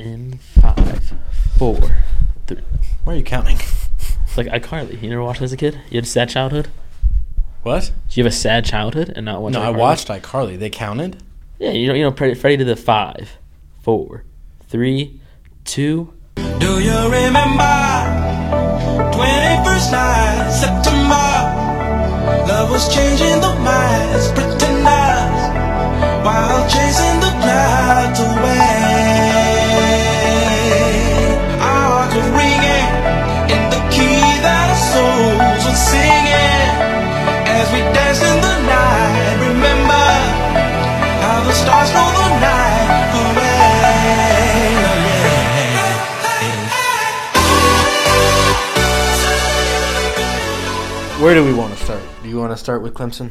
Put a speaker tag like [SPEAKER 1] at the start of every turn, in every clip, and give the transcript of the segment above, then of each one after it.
[SPEAKER 1] In five, four, three.
[SPEAKER 2] Why are you counting?
[SPEAKER 1] It's like iCarly. You never watched it as a kid? You had a sad childhood?
[SPEAKER 2] What?
[SPEAKER 1] Did you have a sad childhood and not watch
[SPEAKER 2] no, I
[SPEAKER 1] iCarly?
[SPEAKER 2] watched iCarly. They counted.
[SPEAKER 1] Yeah, you know, you know, Freddy, Freddy did the five, four, three, two.
[SPEAKER 3] Do you remember 21st night, September? Love was changing the minds, pretenders, while chasing the clouds away. Our hearts were ringing in the key that our souls were singing as we danced in the night. Remember how the stars know the night away.
[SPEAKER 2] Where do we want to start? Do you want to start with Clemson?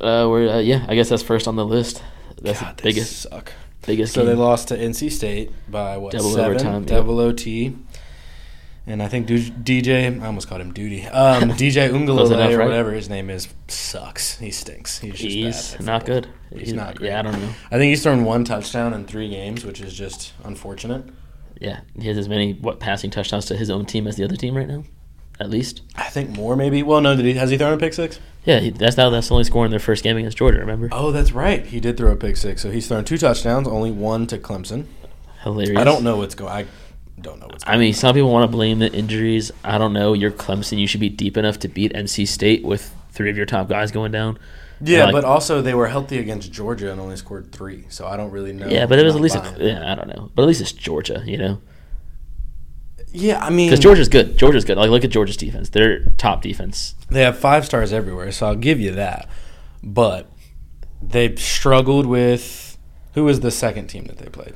[SPEAKER 1] Uh, we're, uh, yeah, I guess that's first on the list. That's
[SPEAKER 2] God,
[SPEAKER 1] the
[SPEAKER 2] they
[SPEAKER 1] biggest,
[SPEAKER 2] suck.
[SPEAKER 1] biggest.
[SPEAKER 2] So they
[SPEAKER 1] game.
[SPEAKER 2] lost to NC State by what
[SPEAKER 1] Double
[SPEAKER 2] seven?
[SPEAKER 1] overtime, yeah.
[SPEAKER 2] Double OT. And I think Du- DJ, I almost called him Duty. Um, DJ Ungulale
[SPEAKER 1] Close enough,
[SPEAKER 2] or
[SPEAKER 1] right?
[SPEAKER 2] whatever his name is sucks. He stinks. He's just
[SPEAKER 1] He's
[SPEAKER 2] bad at
[SPEAKER 1] not
[SPEAKER 2] football.
[SPEAKER 1] good.
[SPEAKER 2] He's, not great.
[SPEAKER 1] Yeah, I don't know.
[SPEAKER 2] I think he's thrown one touchdown in three games, which is just unfortunate.
[SPEAKER 1] Yeah, he has as many what passing touchdowns to his own team as the other team right now, at least.
[SPEAKER 2] I think more maybe. Well, no, did he? Has he thrown a pick six?
[SPEAKER 1] Yeah, he, that's now that's the only score in their first game against Georgia. Remember?
[SPEAKER 2] Oh, that's right. He did throw a pick six. So he's thrown two touchdowns, only one to Clemson.
[SPEAKER 1] Hilarious.
[SPEAKER 2] I don't know what's going. I don't know what's.
[SPEAKER 1] I mean, some people want to blame the injuries. I don't know. You're Clemson. You should be deep enough to beat NC State with three of your top guys going down.
[SPEAKER 2] Yeah,
[SPEAKER 1] like-
[SPEAKER 2] but also they were healthy against Georgia and only scored three, so I don't really know.
[SPEAKER 1] Yeah, but it was
[SPEAKER 2] Oh, Not
[SPEAKER 1] at least a,
[SPEAKER 2] buying.
[SPEAKER 1] yeah, I don't know. But at least it's Georgia, you know,
[SPEAKER 2] yeah. I mean,
[SPEAKER 1] because Georgia's good. Georgia's good. Like look at Georgia's defense. They're top defense.
[SPEAKER 2] they have five stars everywhere, so I'll give you that. But they struggled with who was the second team that they played?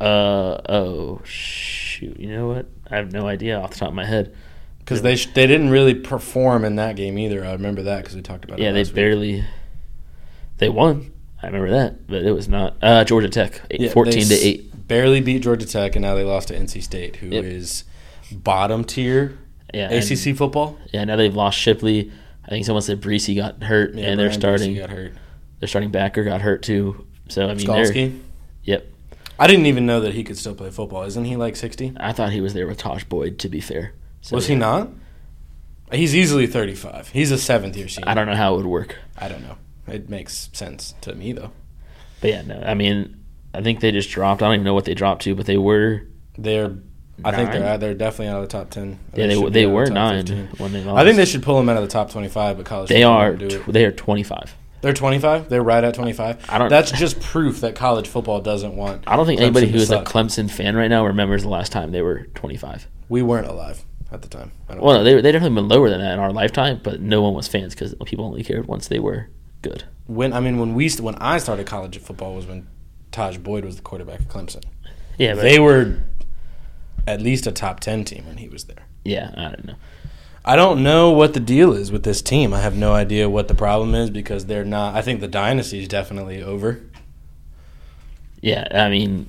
[SPEAKER 1] Uh oh, shoot. You know what? I have no idea off the top of my head.
[SPEAKER 2] Because they sh- they didn't really perform in that game either. I remember that because we talked about
[SPEAKER 1] Yeah,
[SPEAKER 2] it.
[SPEAKER 1] they
[SPEAKER 2] last week.
[SPEAKER 1] barely. They won. I remember that, but it was not uh, Georgia Tech, eight,
[SPEAKER 2] Yeah,
[SPEAKER 1] fourteen
[SPEAKER 2] they
[SPEAKER 1] to
[SPEAKER 2] s-
[SPEAKER 1] eight.
[SPEAKER 2] barely beat Georgia Tech, and now they lost to NC State, who is
[SPEAKER 1] Yep.
[SPEAKER 2] bottom tier
[SPEAKER 1] Yeah, and-
[SPEAKER 2] ACC football.
[SPEAKER 1] yeah, now they've lost Shipley. I think someone said Breesy got hurt,
[SPEAKER 2] Yeah,
[SPEAKER 1] and they're
[SPEAKER 2] Brian Dempsey
[SPEAKER 1] starting.
[SPEAKER 2] got hurt.
[SPEAKER 1] Their starting backer got hurt too. So I mean, they're-
[SPEAKER 2] Skalski.
[SPEAKER 1] yep.
[SPEAKER 2] I didn't even know that he could still play football. Isn't he like sixty?
[SPEAKER 1] I thought he was there with Tosh Boyd. To be fair, so,
[SPEAKER 2] Was he not? He's easily 35. He's a seventh year senior.
[SPEAKER 1] I don't know how it would work,
[SPEAKER 2] I don't know. It makes sense to me though.
[SPEAKER 1] but yeah, no. I mean, I think they just dropped. I don't even know what they dropped to, but they were.
[SPEAKER 2] They're, I think
[SPEAKER 1] Nine?
[SPEAKER 2] they're they're definitely out of the top ten.
[SPEAKER 1] Yeah, they
[SPEAKER 2] should
[SPEAKER 1] they,
[SPEAKER 2] be
[SPEAKER 1] they
[SPEAKER 2] out of
[SPEAKER 1] were
[SPEAKER 2] the top
[SPEAKER 1] nine
[SPEAKER 2] 15.
[SPEAKER 1] when they lost.
[SPEAKER 2] I think they should pull them out of the top twenty-five, but college
[SPEAKER 1] They
[SPEAKER 2] football
[SPEAKER 1] are.
[SPEAKER 2] won't do it.
[SPEAKER 1] tw- they are twenty five.
[SPEAKER 2] They're twenty-five. They're right at twenty-five.
[SPEAKER 1] I don't-
[SPEAKER 2] That's just proof that college football doesn't want.
[SPEAKER 1] I don't think
[SPEAKER 2] Clemson
[SPEAKER 1] anybody
[SPEAKER 2] to
[SPEAKER 1] who is a
[SPEAKER 2] suck.
[SPEAKER 1] Clemson fan right now remembers the last time they were twenty five.
[SPEAKER 2] we weren't alive at the time. I don't
[SPEAKER 1] Well, no, they they definitely been lower than that in our lifetime, but no one was fans because people only cared once they were good.
[SPEAKER 2] when I mean when we st- when I started college football was when Taj Boyd was the quarterback of Clemson.
[SPEAKER 1] Yeah, but
[SPEAKER 2] They were at least a top ten team when he was there.
[SPEAKER 1] yeah, I don't know.
[SPEAKER 2] I don't know what the deal is with this team. I have no idea what the problem is because they're not. I think the dynasty is definitely over.
[SPEAKER 1] Yeah, I mean,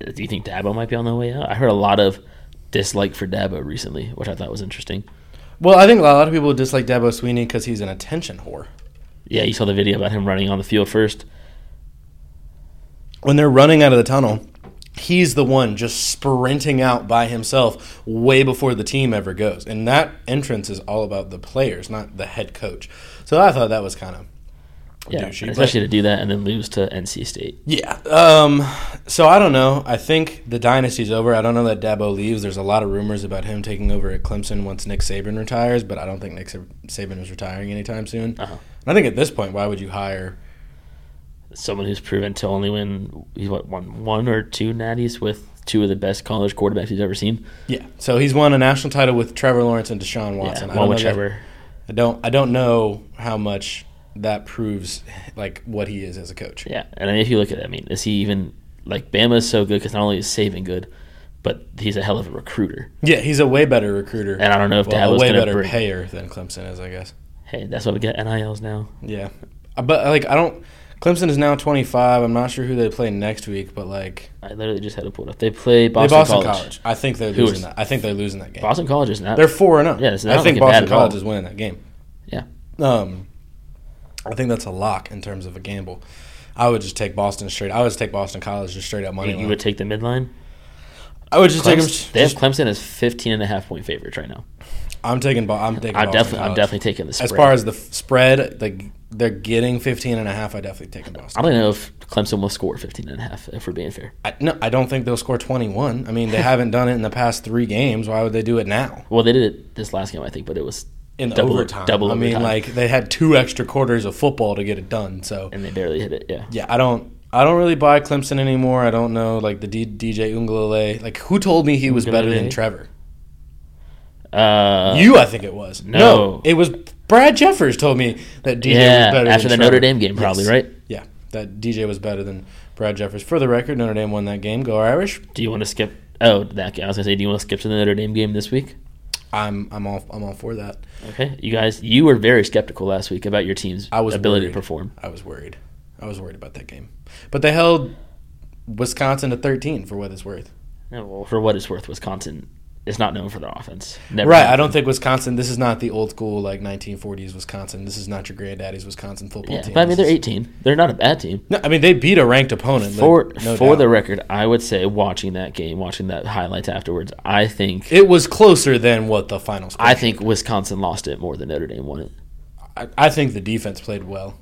[SPEAKER 1] do you think Dabo might be on the way out? I heard a lot of dislike for Dabo recently, which I thought was interesting.
[SPEAKER 2] Well, I think a lot of people dislike Dabo Sweeney because he's an attention whore.
[SPEAKER 1] Yeah, you saw the video about him running on the field first.
[SPEAKER 2] When they're running out of the tunnel, he's the one just sprinting out by himself way before the team ever goes. And that entrance is all about the players, not the head coach. So I thought that was kind of
[SPEAKER 1] Yeah,
[SPEAKER 2] douchey. but-
[SPEAKER 1] especially to do that and then lose to NC State.
[SPEAKER 2] Yeah. Um, so I don't know. I think the dynasty's over. I don't know that Dabo leaves. There's a lot of rumors about him taking over at Clemson once Nick Saban retires, but I don't think Nick Sab- Saban is retiring anytime soon.
[SPEAKER 1] Uh-huh.
[SPEAKER 2] And I think at this point, why would you hire?
[SPEAKER 1] Someone who's proven to only win he's what won one or two natties with two of the best college quarterbacks he's ever seen.
[SPEAKER 2] Yeah. So he's won a national title with Trevor Lawrence and Deshaun Watson.
[SPEAKER 1] yeah,
[SPEAKER 2] I don't
[SPEAKER 1] one with
[SPEAKER 2] know that-
[SPEAKER 1] Trevor.
[SPEAKER 2] I don't. I don't know how much that proves like what he is as a coach.
[SPEAKER 1] Yeah, and if you look at it, I mean, is he even like Bama is so good because not only is Saban good, but he's a hell of a recruiter.
[SPEAKER 2] Yeah, he's a way better recruiter.
[SPEAKER 1] And I don't know if
[SPEAKER 2] well, a
[SPEAKER 1] Dabo's
[SPEAKER 2] way
[SPEAKER 1] gonna
[SPEAKER 2] better
[SPEAKER 1] bring-
[SPEAKER 2] payer than Clemson is, I guess.
[SPEAKER 1] Hey, that's what we get NILs now.
[SPEAKER 2] Yeah, Uh, but like I don't. Clemson is now twenty five. I'm not sure who they play next week, but like
[SPEAKER 1] I literally just had to pull it up. They play
[SPEAKER 2] they
[SPEAKER 1] Boston,
[SPEAKER 2] Boston
[SPEAKER 1] College.
[SPEAKER 2] College. I think they're
[SPEAKER 1] Who
[SPEAKER 2] losing
[SPEAKER 1] is-
[SPEAKER 2] that. I think they're losing that game.
[SPEAKER 1] Boston College is not.
[SPEAKER 2] They're four and zero.
[SPEAKER 1] Yeah, it's
[SPEAKER 2] I
[SPEAKER 1] not
[SPEAKER 2] think
[SPEAKER 1] looking bad
[SPEAKER 2] Boston
[SPEAKER 1] at all.
[SPEAKER 2] College is winning that game.
[SPEAKER 1] Yeah.
[SPEAKER 2] Um, I think that's a lock in terms of a gamble. I would just take Boston straight. I would just take Boston College just straight up money.
[SPEAKER 1] You, you
[SPEAKER 2] line.
[SPEAKER 1] would take the midline.
[SPEAKER 2] I would just take them.
[SPEAKER 1] Clemson, they have Clemson as 15 and a half point favorites right now.
[SPEAKER 2] I'm taking. Bo- I'm taking.
[SPEAKER 1] I'm
[SPEAKER 2] Boston
[SPEAKER 1] definitely, I'm
[SPEAKER 2] College.
[SPEAKER 1] definitely taking the spread.
[SPEAKER 2] As far as the f- spread, like they're getting 15 and a half, I definitely take Boston.
[SPEAKER 1] I don't know if Clemson will score 15 and a half. If we're being fair,
[SPEAKER 2] I, no, I don't think they'll score 21. I mean, they haven't done it in the past three games. Why would they do it now?
[SPEAKER 1] well, they did it this last game, I think, but it was
[SPEAKER 2] In
[SPEAKER 1] Double-
[SPEAKER 2] overtime.
[SPEAKER 1] double
[SPEAKER 2] I mean,
[SPEAKER 1] overtime.
[SPEAKER 2] like they had two extra quarters of football to get it done. So
[SPEAKER 1] and they barely hit it. Yeah,
[SPEAKER 2] yeah, I don't. I don't really buy Clemson anymore. I don't know, like the D- DJ Ungalale. Like, who told me he was better than
[SPEAKER 1] Ugalele?
[SPEAKER 2] Trevor?
[SPEAKER 1] uh,
[SPEAKER 2] you, I think it was. No.
[SPEAKER 1] no.
[SPEAKER 2] it was Brad Jeffers told me that DJ
[SPEAKER 1] yeah.
[SPEAKER 2] was better
[SPEAKER 1] After the
[SPEAKER 2] than
[SPEAKER 1] Notre
[SPEAKER 2] Trevor.
[SPEAKER 1] Dame game, probably
[SPEAKER 2] Yes.
[SPEAKER 1] right.
[SPEAKER 2] Yeah, that DJ was better than Brad Jeffers. For the record, Notre Dame won that game. Go Irish.
[SPEAKER 1] Do you want to skip? Oh, that game. I was gonna say, do you want to skip to the Notre Dame game this week?
[SPEAKER 2] I'm I'm all I'm all for that.
[SPEAKER 1] Okay, you guys, you were very skeptical last week about your team's
[SPEAKER 2] I was
[SPEAKER 1] ability
[SPEAKER 2] worried.
[SPEAKER 1] to perform.
[SPEAKER 2] I was worried. I was worried about that game, but they held Wisconsin to 13 for what it's worth.
[SPEAKER 1] Yeah, well, for what it's worth, Wisconsin is not known for their offense. Never
[SPEAKER 2] Right.
[SPEAKER 1] have
[SPEAKER 2] I don't think Wisconsin. This is not the old school like 1940s Wisconsin. This is not your granddaddy's Wisconsin football
[SPEAKER 1] been. Yeah,
[SPEAKER 2] team.
[SPEAKER 1] but I mean,
[SPEAKER 2] This
[SPEAKER 1] they're
[SPEAKER 2] is-
[SPEAKER 1] 18. They're not a bad team.
[SPEAKER 2] No, I mean they beat a ranked opponent.
[SPEAKER 1] For
[SPEAKER 2] like, no
[SPEAKER 1] for
[SPEAKER 2] doubt.
[SPEAKER 1] the record, I would say watching that game, watching that highlights afterwards, I think
[SPEAKER 2] it was closer than what the final score.
[SPEAKER 1] I think Wisconsin lost it more than Notre Dame won it.
[SPEAKER 2] I, I think the defense played well.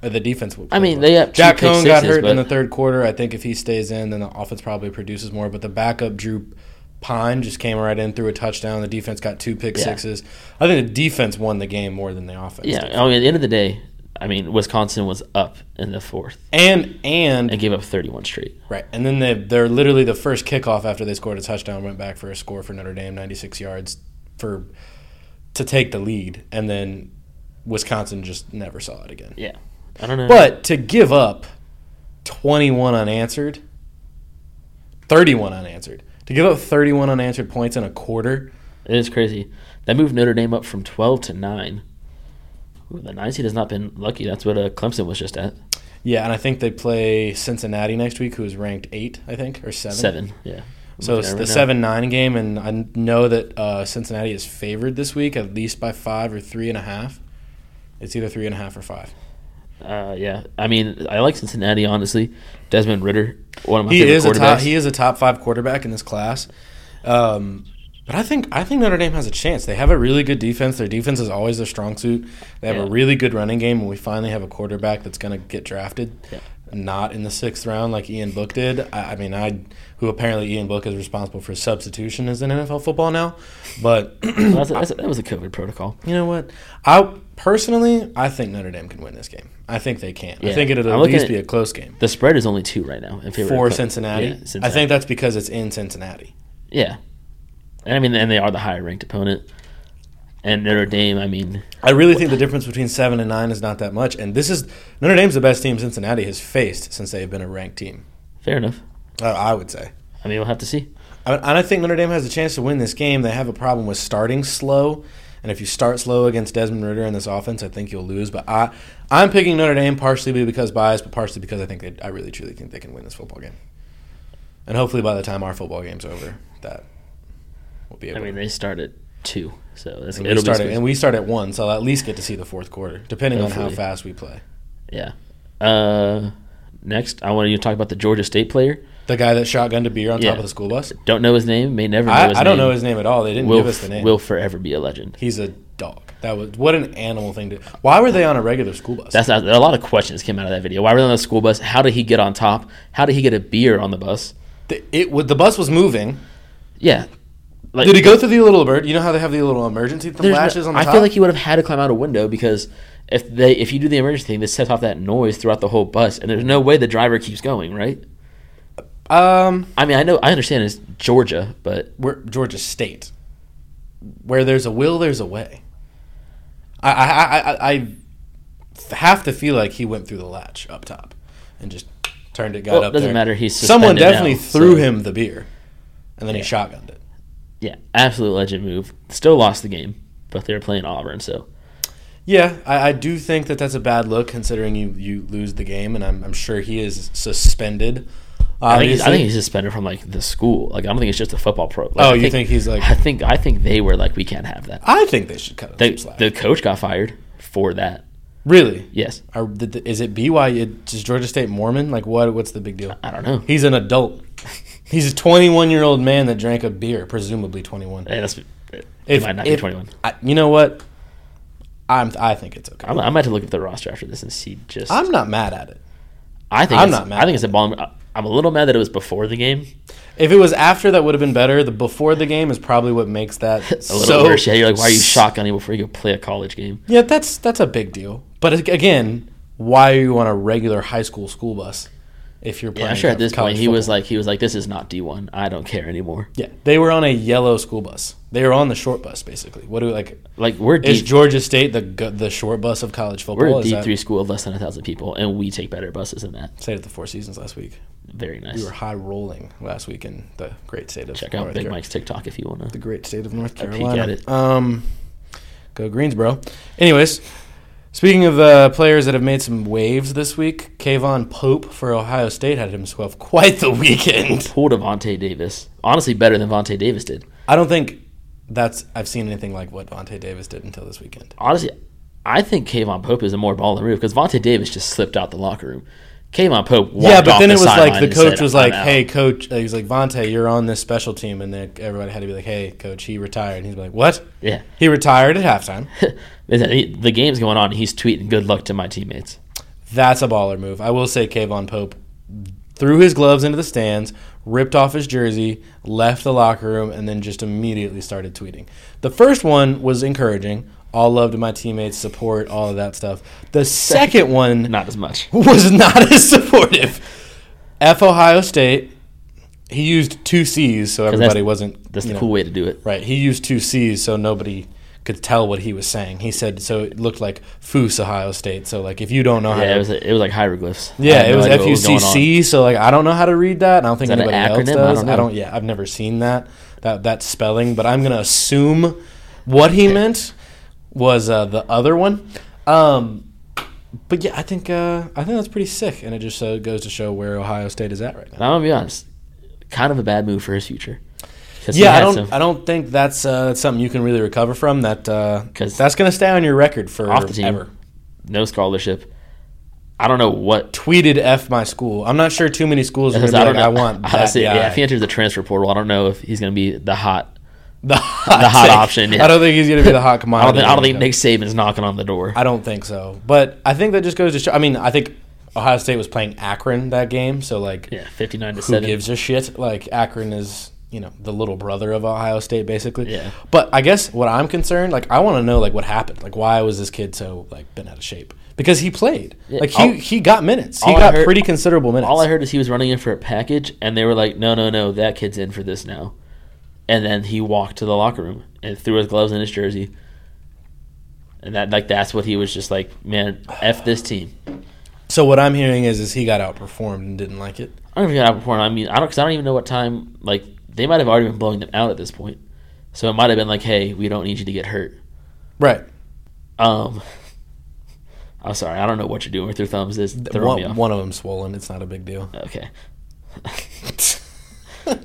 [SPEAKER 2] Uh, The defense. Played
[SPEAKER 1] I mean,
[SPEAKER 2] well.
[SPEAKER 1] they have two
[SPEAKER 2] Jack
[SPEAKER 1] pick
[SPEAKER 2] Cohn got
[SPEAKER 1] sixes,
[SPEAKER 2] hurt in the
[SPEAKER 1] but-
[SPEAKER 2] third quarter. I think if he stays in, then the offense probably produces more. But the backup Drew Pine just came right in, threw a touchdown. The defense got two pick
[SPEAKER 1] Yeah.
[SPEAKER 2] sixes. I think the defense won the game more than the offense.
[SPEAKER 1] Yeah,
[SPEAKER 2] did.
[SPEAKER 1] I mean, at the end of the day, I mean, Wisconsin was up in the fourth
[SPEAKER 2] And and
[SPEAKER 1] and gave up 31 straight.
[SPEAKER 2] right, and then they they're literally the first kickoff after they scored a touchdown went back for a score for Notre Dame, ninety six yards for to take the lead, and then Wisconsin just never saw it again.
[SPEAKER 1] Yeah, I don't know.
[SPEAKER 2] But to give up 21 unanswered, 31 unanswered, to give up 31 unanswered points in a quarter,
[SPEAKER 1] It is crazy. That moved Notre Dame up from 12 to 9. Ooh, the 9 seed has not been lucky. That's what uh, Clemson was just at.
[SPEAKER 2] yeah, and I think they play Cincinnati next week, who is ranked eight, I think, or seven.
[SPEAKER 1] 7. Yeah. I'm
[SPEAKER 2] So
[SPEAKER 1] looking
[SPEAKER 2] it's
[SPEAKER 1] at it
[SPEAKER 2] the
[SPEAKER 1] right now.
[SPEAKER 2] 7 9 game, and I know that uh, Cincinnati is favored this week, at least by five or three and a half. It's either three and a half or five.
[SPEAKER 1] Uh, yeah. I mean, I like Cincinnati, honestly. Desmond Ritter, one of my
[SPEAKER 2] He
[SPEAKER 1] favorite
[SPEAKER 2] is a
[SPEAKER 1] quarterbacks.
[SPEAKER 2] top. He is a top five quarterback in this class. Um, but I think I think Notre Dame has a chance. They have a really good defense. Their defense is always their strong suit. They have a
[SPEAKER 1] Yeah.
[SPEAKER 2] really good running game, and we finally have a quarterback that's going to get drafted,
[SPEAKER 1] Yeah.
[SPEAKER 2] not in the sixth round like Ian Book did. I, I mean, I who apparently Ian Book is responsible for substitution as in NFL football now. But
[SPEAKER 1] That's a- that's a- that was a COVID protocol.
[SPEAKER 2] you know what? I personally, I think Notre Dame can win this game. I think they can. I
[SPEAKER 1] Yeah.
[SPEAKER 2] think it'll
[SPEAKER 1] I'm
[SPEAKER 2] at
[SPEAKER 1] looking
[SPEAKER 2] least
[SPEAKER 1] at-
[SPEAKER 2] be a close game.
[SPEAKER 1] The spread is only two right now in favor
[SPEAKER 2] For
[SPEAKER 1] of Cle-
[SPEAKER 2] Cincinnati.
[SPEAKER 1] Yeah,
[SPEAKER 2] I think that's because it's in Cincinnati.
[SPEAKER 1] yeah. And I mean, and they are the higher ranked opponent. And Notre Dame, I mean,
[SPEAKER 2] I really think the difference between seven and nine is not that much, and this is Notre Dame's the best team Cincinnati has faced since they've been a ranked team.
[SPEAKER 1] fair enough.
[SPEAKER 2] I, I would say.
[SPEAKER 1] I mean, we'll have to see.
[SPEAKER 2] I, and I think Notre Dame has a chance to win this game. They have a problem with starting slow, and if you start slow against Desmond Ritter in this offense, I think you'll lose. But I, I'm picking Notre Dame partially because bias, but partially because I think they, I really truly think they can win this football game, and hopefully by the time our football game's over, that we'll be able.
[SPEAKER 1] I mean,
[SPEAKER 2] to.
[SPEAKER 1] they start at two, so that's,
[SPEAKER 2] And
[SPEAKER 1] it'll
[SPEAKER 2] we,
[SPEAKER 1] be
[SPEAKER 2] start at,
[SPEAKER 1] squeezed.
[SPEAKER 2] and we start at one, so I'll at least get to see the fourth quarter, depending on how
[SPEAKER 1] Hopefully.
[SPEAKER 2] fast we play.
[SPEAKER 1] Yeah. Uh, next, I want you to talk about the Georgia State player.
[SPEAKER 2] The guy that shotgunned a beer on
[SPEAKER 1] Yeah.
[SPEAKER 2] top of the school bus.
[SPEAKER 1] Don't know his name. May never know
[SPEAKER 2] I,
[SPEAKER 1] his
[SPEAKER 2] I
[SPEAKER 1] name.
[SPEAKER 2] don't know his name at all. They didn't
[SPEAKER 1] Will,
[SPEAKER 2] give us the name.
[SPEAKER 1] will forever be a legend.
[SPEAKER 2] He's a dog. That was what an animal thing to. Why were they on a regular school bus?
[SPEAKER 1] That's not, a lot of questions came out of that video. Why were they on the school bus? How did he get on top? How did he get a beer on the bus?
[SPEAKER 2] The- it. was- The bus was moving.
[SPEAKER 1] Yeah. Like,
[SPEAKER 2] Did he go through the little bird? You know how they have the little emergency th-
[SPEAKER 1] there's no-
[SPEAKER 2] lashes on the
[SPEAKER 1] I
[SPEAKER 2] top.
[SPEAKER 1] feel like he would have had to climb out a window because if they if you do the emergency thing, this sets off that noise throughout the whole bus, and there's no way the driver keeps going, right?
[SPEAKER 2] um,
[SPEAKER 1] I mean, I know I understand it's Georgia, but
[SPEAKER 2] we're Georgia State, where there's a will, there's a way. I I I, I, I f- have to feel like he went through the latch up top, and just turned it. Got
[SPEAKER 1] Well,
[SPEAKER 2] up.
[SPEAKER 1] doesn't
[SPEAKER 2] there.
[SPEAKER 1] matter, he's
[SPEAKER 2] someone
[SPEAKER 1] suspended
[SPEAKER 2] definitely
[SPEAKER 1] now,
[SPEAKER 2] threw
[SPEAKER 1] so-
[SPEAKER 2] him the beer, and then he shotgunned it.
[SPEAKER 1] yeah, absolute legend move. Still lost the game, but they were playing Auburn, so
[SPEAKER 2] Yeah, I, I do think that that's a bad look considering you, you lose the game, and I'm, I'm sure he is suspended.
[SPEAKER 1] I think, he's, I think
[SPEAKER 2] obviously.
[SPEAKER 1] he's suspended from like the school. Like I don't think it's just a football pro. Like,
[SPEAKER 2] Oh,
[SPEAKER 1] I
[SPEAKER 2] you think he's, like-
[SPEAKER 1] I think I think they were like we can't have that.
[SPEAKER 2] I think they should cut him
[SPEAKER 1] They,
[SPEAKER 2] some slack.
[SPEAKER 1] the coach got fired for that.
[SPEAKER 2] Really?
[SPEAKER 1] Yes.
[SPEAKER 2] Are, did the, is it BYU? Is Georgia State Mormon? Like what? What's the big deal?
[SPEAKER 1] I don't know.
[SPEAKER 2] He's an adult. He's a 21 year old man that drank a beer, presumably 21.
[SPEAKER 1] Hey, that's,
[SPEAKER 2] If-
[SPEAKER 1] it might not
[SPEAKER 2] if-
[SPEAKER 1] be 21.
[SPEAKER 2] I, you know what? I'm. I think it's okay.
[SPEAKER 1] I'm, I might have to look at the roster after this and see just.
[SPEAKER 2] I'm not mad at it.
[SPEAKER 1] I think
[SPEAKER 2] I'm
[SPEAKER 1] it's-
[SPEAKER 2] not mad
[SPEAKER 1] I think it's a bomb. I'm a little mad that it was before the game.
[SPEAKER 2] If it was after, that would have been better. The before the game is probably what makes that
[SPEAKER 1] A little
[SPEAKER 2] so.
[SPEAKER 1] worse. Yeah, you're like, why are you shotgunning before you go play a college game?
[SPEAKER 2] Yeah, that's that's a big deal. But ag- again, why are you on a regular high school school bus if you're playing?
[SPEAKER 1] Yeah, I'm sure at this
[SPEAKER 2] college
[SPEAKER 1] point he was
[SPEAKER 2] football?
[SPEAKER 1] like, he was like, this is not D1. I don't care anymore.
[SPEAKER 2] yeah, they were on a yellow school bus. They were on the short bus, basically. What do we like?
[SPEAKER 1] Like we're
[SPEAKER 2] Is
[SPEAKER 1] deep.
[SPEAKER 2] Georgia State the go- the short bus of college football?
[SPEAKER 1] We're a
[SPEAKER 2] Is
[SPEAKER 1] D
[SPEAKER 2] that-
[SPEAKER 1] three school of less than a thousand people, and we take better buses than that.
[SPEAKER 2] Stayed at the Four Seasons last week.
[SPEAKER 1] Very nice.
[SPEAKER 2] We were high rolling last week in the great state of
[SPEAKER 1] Check out
[SPEAKER 2] North
[SPEAKER 1] Big
[SPEAKER 2] Car-
[SPEAKER 1] Mike's TikTok if you want
[SPEAKER 2] the
[SPEAKER 1] to.
[SPEAKER 2] great state of North
[SPEAKER 1] peek at
[SPEAKER 2] Carolina.
[SPEAKER 1] it.
[SPEAKER 2] Um, go Greensboro. Anyways, speaking of uh, players that have made some waves this week, Kayvon Pope for Ohio State had himself quite the weekend.
[SPEAKER 1] Pull Devontae Davis. Honestly, better than Vontae Davis did.
[SPEAKER 2] I don't think that's I've seen anything like what Vontae Davis did until this weekend.
[SPEAKER 1] Honestly, I think Kayvon Pope is a more ball than move because Vontae Davis just slipped out the locker room. Kayvon Pope. Walked
[SPEAKER 2] yeah, but
[SPEAKER 1] off
[SPEAKER 2] then it was like
[SPEAKER 1] sideline
[SPEAKER 2] the
[SPEAKER 1] and
[SPEAKER 2] coach
[SPEAKER 1] said,
[SPEAKER 2] was like,
[SPEAKER 1] "I'm out."
[SPEAKER 2] "Hey, coach," uh, he's like, "Vontae, you're on this special team," and then everybody had to be like, "Hey, coach, he retired." And he's like, "What?
[SPEAKER 1] Yeah.
[SPEAKER 2] he retired at halftime."
[SPEAKER 1] Is that- he- the game's going on. and He's tweeting good luck to my teammates.
[SPEAKER 2] That's a baller move. I will say Kayvon Pope threw his gloves into the stands, ripped off his jersey, left the locker room, and then just immediately started tweeting. The first one was encouraging. All love to my teammates, support, all of that stuff. The second one
[SPEAKER 1] Not as much.
[SPEAKER 2] was not as supportive. F Ohio State. He used two C's, so
[SPEAKER 1] that's-
[SPEAKER 2] everybody wasn't.
[SPEAKER 1] That's
[SPEAKER 2] you
[SPEAKER 1] the
[SPEAKER 2] know,
[SPEAKER 1] cool way to do it.
[SPEAKER 2] Right. He used two C's so nobody could tell what he was saying. He said so it looked like Foose Ohio State. So like if you don't know how
[SPEAKER 1] Yeah,
[SPEAKER 2] to
[SPEAKER 1] it was it was like hieroglyphs. I
[SPEAKER 2] yeah,
[SPEAKER 1] had
[SPEAKER 2] it
[SPEAKER 1] no
[SPEAKER 2] was
[SPEAKER 1] idea what going on.
[SPEAKER 2] FUCC. So like, I don't know how to read that. and I don't think
[SPEAKER 1] Is that an
[SPEAKER 2] anybody else
[SPEAKER 1] acronym? I
[SPEAKER 2] does. I
[SPEAKER 1] don't
[SPEAKER 2] don't,
[SPEAKER 1] know.
[SPEAKER 2] Yeah, I've never seen that that that spelling. But I'm gonna assume what he meant was uh, the other one. Um, but yeah, I think uh, I think that's pretty sick, and it just uh, goes to show where Ohio State is at right now.
[SPEAKER 1] And I'm gonna be honest, kind of a bad move for his future. 'Cause he
[SPEAKER 2] Yeah, I
[SPEAKER 1] had
[SPEAKER 2] don't.
[SPEAKER 1] some-
[SPEAKER 2] I don't think that's uh, that's something you can really recover from. That uh,
[SPEAKER 1] 'Cause-
[SPEAKER 2] that's gonna stay on your record for
[SPEAKER 1] off the team.
[SPEAKER 2] ever.
[SPEAKER 1] no scholarship. I don't know what.
[SPEAKER 2] Tweeted "f my school." I'm not sure too many schools are gonna be
[SPEAKER 1] I don't
[SPEAKER 2] like,
[SPEAKER 1] know.
[SPEAKER 2] "I want that
[SPEAKER 1] Honestly,
[SPEAKER 2] guy."
[SPEAKER 1] yeah, if he enters the transfer portal, I don't know if he's going to be the hot.
[SPEAKER 2] the hot,
[SPEAKER 1] hot
[SPEAKER 2] take.
[SPEAKER 1] option, yeah.
[SPEAKER 2] I don't think he's going to be the hot
[SPEAKER 1] I don't
[SPEAKER 2] commodity.
[SPEAKER 1] think, I don't think
[SPEAKER 2] when it
[SPEAKER 1] Nick Saban's knocking on the door.
[SPEAKER 2] comes- I don't think so. But I think that just goes to show. I mean, I think Ohio State was playing Akron that game, so like,
[SPEAKER 1] yeah, fifty nine to
[SPEAKER 2] who
[SPEAKER 1] seven.
[SPEAKER 2] gives a shit? Like Akron is you know the little brother of Ohio State, basically.
[SPEAKER 1] Yeah.
[SPEAKER 2] But I guess what I'm concerned, like, I want to know like what happened. Like, why was this kid so like been out of shape? Because he played. Like he
[SPEAKER 1] all-
[SPEAKER 2] he got minutes. He
[SPEAKER 1] all I
[SPEAKER 2] got
[SPEAKER 1] heard-
[SPEAKER 2] pretty considerable minutes.
[SPEAKER 1] All I heard is he was running in for a package, and they were like, "No, no, no, that kid's in for this now." And then he walked to the locker room and threw his gloves in his jersey, and that like that's what he was just like, "Man, f this team."
[SPEAKER 2] so what I'm hearing is is he got outperformed and didn't like it.
[SPEAKER 1] I don't even know before. I mean, I don't because I don't even know what time. Like they might have already been blowing them out at this point, so it might have been like, "Hey, we don't need you to get hurt."
[SPEAKER 2] Right.
[SPEAKER 1] Um, I'm sorry, I don't know what you're doing with your thumbs. This throwing me
[SPEAKER 2] One,
[SPEAKER 1] off.
[SPEAKER 2] one of them swollen. It's not a big deal.
[SPEAKER 1] Okay.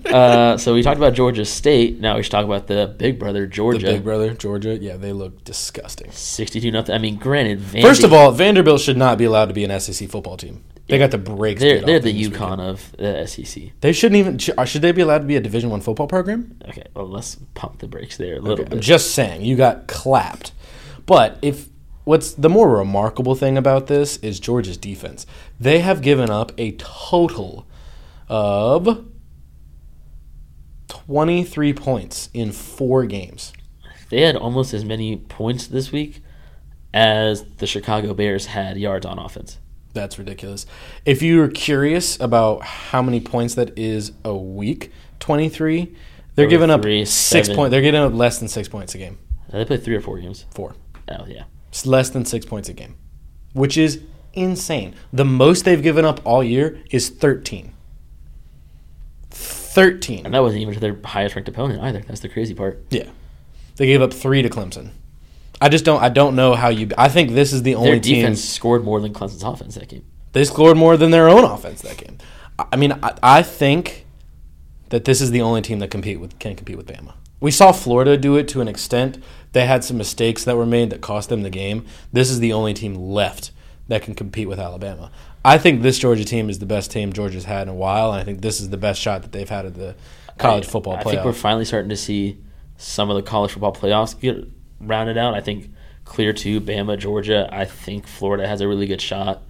[SPEAKER 1] uh, so we talked about Georgia State. Now we should talk about the Big Brother
[SPEAKER 2] The
[SPEAKER 1] Georgia.
[SPEAKER 2] Big Brother, Georgia. Yeah, they look disgusting.
[SPEAKER 1] Sixty-two nothing. I mean, granted, Vandy,
[SPEAKER 2] First of all, Vanderbilt should not be allowed to be an SEC football team. They got the breaks.
[SPEAKER 1] they're
[SPEAKER 2] beat
[SPEAKER 1] they're
[SPEAKER 2] off them
[SPEAKER 1] the
[SPEAKER 2] this weekend.
[SPEAKER 1] UConn of the E SEC.
[SPEAKER 2] They shouldn't even. sh- uh, Should they be allowed to be a Division One football program?
[SPEAKER 1] Okay, well, let's pump the brakes there a little
[SPEAKER 2] I'm
[SPEAKER 1] bit.
[SPEAKER 2] just saying, you got clapped. But if what's the more remarkable thing about this is Georgia's defense. They have given up a total of twenty three points in four games.
[SPEAKER 1] They had almost as many points this week as the Chicago Bears had yards on offense.
[SPEAKER 2] That's ridiculous. If you're curious about how many points that is a week, 23, they're
[SPEAKER 1] Over
[SPEAKER 2] giving up
[SPEAKER 1] three,
[SPEAKER 2] six
[SPEAKER 1] seven.
[SPEAKER 2] points. They're giving up less than six points a game.
[SPEAKER 1] Uh, They played three or four games.
[SPEAKER 2] Four.
[SPEAKER 1] Oh yeah,
[SPEAKER 2] It's less than six points a game, which is insane. The most they've given up all year is 13. 13.
[SPEAKER 1] and that wasn't even to their highest ranked opponent either. That's the crazy part.
[SPEAKER 2] Yeah. They gave up three to Clemson. I just don't. I don't know how you. I think this is the only
[SPEAKER 1] Their
[SPEAKER 2] team.
[SPEAKER 1] defense scored more than Clemson's offense that game.
[SPEAKER 2] They scored more than their own offense that game. I I mean, I, I think that this is the only team that compete with can compete with Bama. We saw Florida do it to an extent. They had some mistakes that were made that cost them the game. This is the only team left that can compete with Alabama. I think this Georgia team is the best team Georgia's had in a while, and I think this is the best shot that they've had at the college
[SPEAKER 1] I-
[SPEAKER 2] football playoff.
[SPEAKER 1] I think we're finally starting to see some of the college football playoffs get rounded out. I think clear to Bama, Georgia. I think Florida has a really good shot.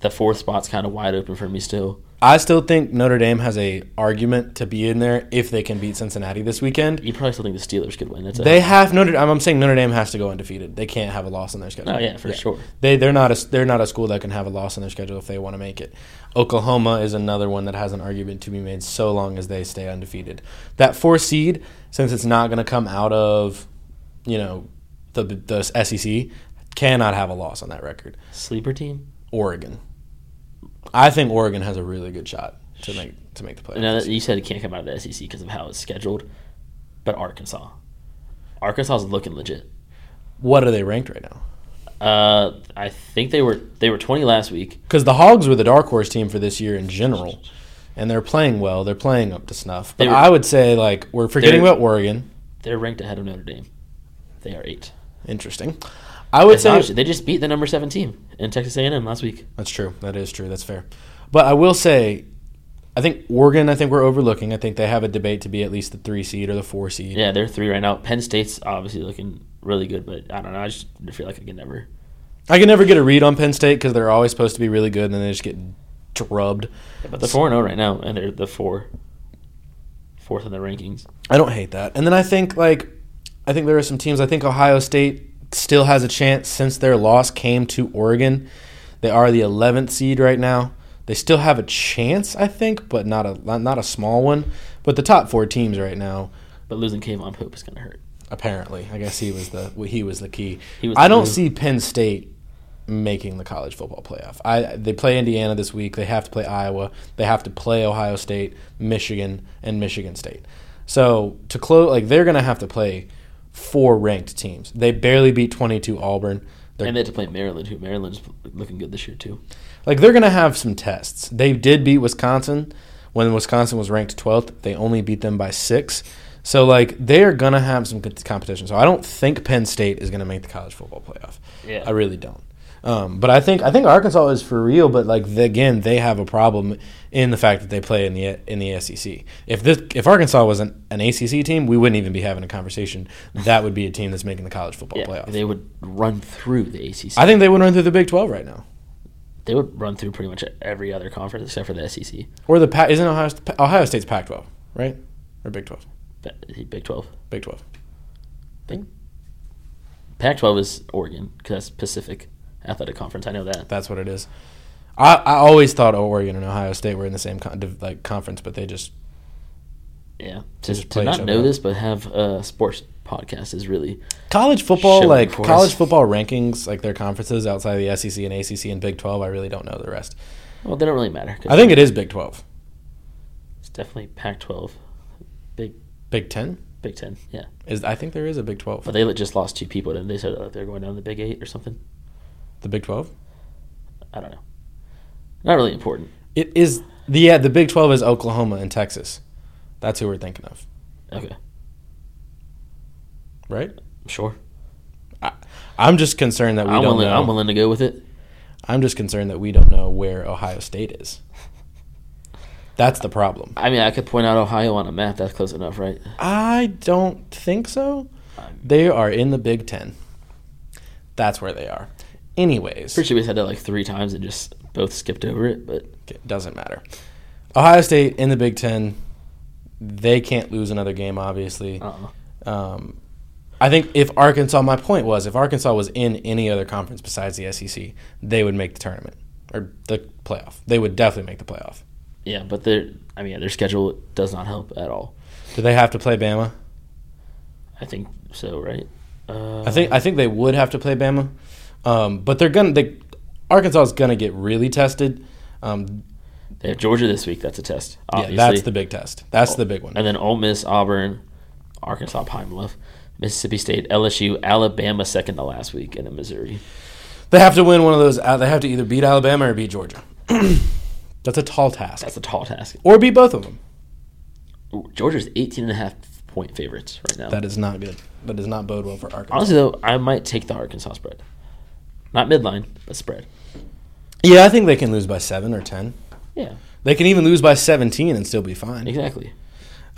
[SPEAKER 1] The fourth spot's kind of wide open for me still.
[SPEAKER 2] I still think Notre Dame has a argument to be in there if they can beat Cincinnati this weekend.
[SPEAKER 1] You probably still think the Steelers could win. That's
[SPEAKER 2] They
[SPEAKER 1] a,
[SPEAKER 2] have Notre. I'm, I'm saying Notre Dame has to go undefeated. They can't have a loss on their schedule.
[SPEAKER 1] oh yeah, for sure.
[SPEAKER 2] They they're not a they're not a school that can have a loss on their schedule if they want to make it. Oklahoma is another one that has an argument to be made so long as they stay undefeated. That four seed, since it's not going to come out of, you know, the the SEC, cannot have a loss on that record.
[SPEAKER 1] Sleeper team.
[SPEAKER 2] Oregon, I think Oregon has a really good shot to make to make the playoffs.
[SPEAKER 1] Now that you said it can't come out of the SEC because of how it's scheduled, but Arkansas. Arkansas is looking legit.
[SPEAKER 2] what are they ranked right now?
[SPEAKER 1] Uh, I think they were they were twenty last week.
[SPEAKER 2] Because the Hogs were the dark horse team for this year in general, and they're playing well. They're playing up to snuff. But
[SPEAKER 1] They were-
[SPEAKER 2] I would say like we're forgetting
[SPEAKER 1] They're-
[SPEAKER 2] about Oregon.
[SPEAKER 1] They're ranked ahead of Notre Dame. They are eight.
[SPEAKER 2] Interesting. I would
[SPEAKER 1] It's
[SPEAKER 2] say
[SPEAKER 1] not- they just beat the number seven team in Texas A and M last week.
[SPEAKER 2] that's true. That is true. That's fair. But I will say, I think Oregon. I think we're overlooking. I think they have a debate to be at least the three seed or the four seed.
[SPEAKER 1] Yeah, they're three right now. Penn State's obviously looking really good, but I don't know. I just feel like I can never.
[SPEAKER 2] I can never get a read on Penn State because they're always supposed to be really good, and then they just get drubbed.
[SPEAKER 1] But they're four and zero right now, and they're the four fourth in the rankings.
[SPEAKER 2] I don't hate that. And then I think like I think there are some teams. I think Ohio State still has a chance since their loss came to Oregon. They are the 11th seed right now. They still have a chance, I think, but not a not, not a small one. But the top four teams right now,
[SPEAKER 1] But losing Kayvon Pope is gonna hurt.
[SPEAKER 2] apparently, I guess he was the he was the key.
[SPEAKER 1] He was
[SPEAKER 2] I
[SPEAKER 1] the
[SPEAKER 2] don't
[SPEAKER 1] glue.
[SPEAKER 2] see Penn State making the college football playoff. I they play Indiana this week. They have to play Iowa. They have to play Ohio State, Michigan, and Michigan State. So to close, like they're gonna have to play four ranked teams. They barely beat twenty two Auburn. They're,
[SPEAKER 1] And they had to play Maryland, who Maryland's looking good this year too.
[SPEAKER 2] like they're gonna have some tests. They did beat Wisconsin when Wisconsin was ranked twelfth. They only beat them by six. So like they are gonna have some good competition. So I don't think Penn State is gonna make the college football playoff.
[SPEAKER 1] Yeah.
[SPEAKER 2] I really don't. Um, but I think I think Arkansas is for real. But like the, again, they have a problem in the fact that they play in the in the SEC. If this if Arkansas was an, an ACC team, we wouldn't even be having a conversation. That would be a team that's making the college football
[SPEAKER 1] Yeah,
[SPEAKER 2] playoff.
[SPEAKER 1] they would run through the ACC.
[SPEAKER 2] I think they would run through the Big Twelve right now.
[SPEAKER 1] they would run through pretty much every other conference except for the E SEC,
[SPEAKER 2] Or the pa- isn't Ohio St- Ohio State's Pac-12, right? Or Big 12?
[SPEAKER 1] But- Big Twelve.
[SPEAKER 2] Big 12.
[SPEAKER 1] Pac-12 is Oregon because that's Pacific Athletic Conference. I know that.
[SPEAKER 2] That's what it is. I, I always thought Oregon and Ohio State were in the same con- div- like conference, but they just
[SPEAKER 1] Yeah. To,
[SPEAKER 2] just
[SPEAKER 1] to
[SPEAKER 2] play each
[SPEAKER 1] not
[SPEAKER 2] other
[SPEAKER 1] know
[SPEAKER 2] up.
[SPEAKER 1] this, but have a sports podcast is really
[SPEAKER 2] college football
[SPEAKER 1] Showing
[SPEAKER 2] like
[SPEAKER 1] for
[SPEAKER 2] college
[SPEAKER 1] us.
[SPEAKER 2] football rankings like their conferences outside of the SEC and ACC and Big 12. I really don't know the rest.
[SPEAKER 1] well. They don't really matter. 'cause
[SPEAKER 2] I think it is Big 12.
[SPEAKER 1] it's definitely Pac-12,
[SPEAKER 2] Big 10
[SPEAKER 1] Big Ten. Yeah,
[SPEAKER 2] is I think there is a Big 12.
[SPEAKER 1] but they li- just lost two people, and they said uh, they're going down to the Big Eight or something.
[SPEAKER 2] The Big 12?
[SPEAKER 1] I don't know. Not really important.
[SPEAKER 2] It is the yeah, the Big 12 is Oklahoma and Texas. That's who we're thinking of,
[SPEAKER 1] Okay,
[SPEAKER 2] right?
[SPEAKER 1] sure.
[SPEAKER 2] I'm just concerned that we
[SPEAKER 1] I'm
[SPEAKER 2] don't
[SPEAKER 1] willing,
[SPEAKER 2] know.
[SPEAKER 1] I'm willing to go with it.
[SPEAKER 2] I'm just concerned that we don't know where Ohio State is. That's the problem.
[SPEAKER 1] I mean, I could point out Ohio on a map. That's close enough, right?
[SPEAKER 2] I don't think so. They are in the Big Ten. That's where they are. Anyways,
[SPEAKER 1] Pretty sure we said that like three times and just both skipped over it. But
[SPEAKER 2] it doesn't matter. Ohio State in the Big Ten. They can't lose another game, obviously.
[SPEAKER 1] uh,
[SPEAKER 2] Um, I think if Arkansas, my point was, if Arkansas was in any other conference besides the SEC, they would make the tournament or the playoff. They would definitely make the playoff.
[SPEAKER 1] yeah, but their I mean, yeah, their schedule does not help at all.
[SPEAKER 2] Do they have to play Bama?
[SPEAKER 1] I think so, right? Uh,
[SPEAKER 2] I think I think they would have to play Bama, um, but they're gonna. They, Arkansas is gonna get really tested. Um,
[SPEAKER 1] they have Georgia this week. That's a test.
[SPEAKER 2] yeah,
[SPEAKER 1] Obviously.
[SPEAKER 2] that's the big test. That's the big one.
[SPEAKER 1] And then Ole Miss, Auburn, Arkansas, Pine Bluff, Mississippi State, LSU, Alabama, second to last week, and then Missouri.
[SPEAKER 2] They have to win one of those. out They have to either beat Alabama or beat Georgia. that's a tall task.
[SPEAKER 1] That's a tall task.
[SPEAKER 2] Or beat both of them.
[SPEAKER 1] Georgia's 18 and a half point favorites right now.
[SPEAKER 2] That is not good. That does not bode well for Arkansas.
[SPEAKER 1] Honestly, though, I might take the Arkansas spread. Not midline, but spread.
[SPEAKER 2] Yeah, I think they can lose by seven or ten.
[SPEAKER 1] Yeah,
[SPEAKER 2] They can even lose by seventeen and still be fine.
[SPEAKER 1] exactly.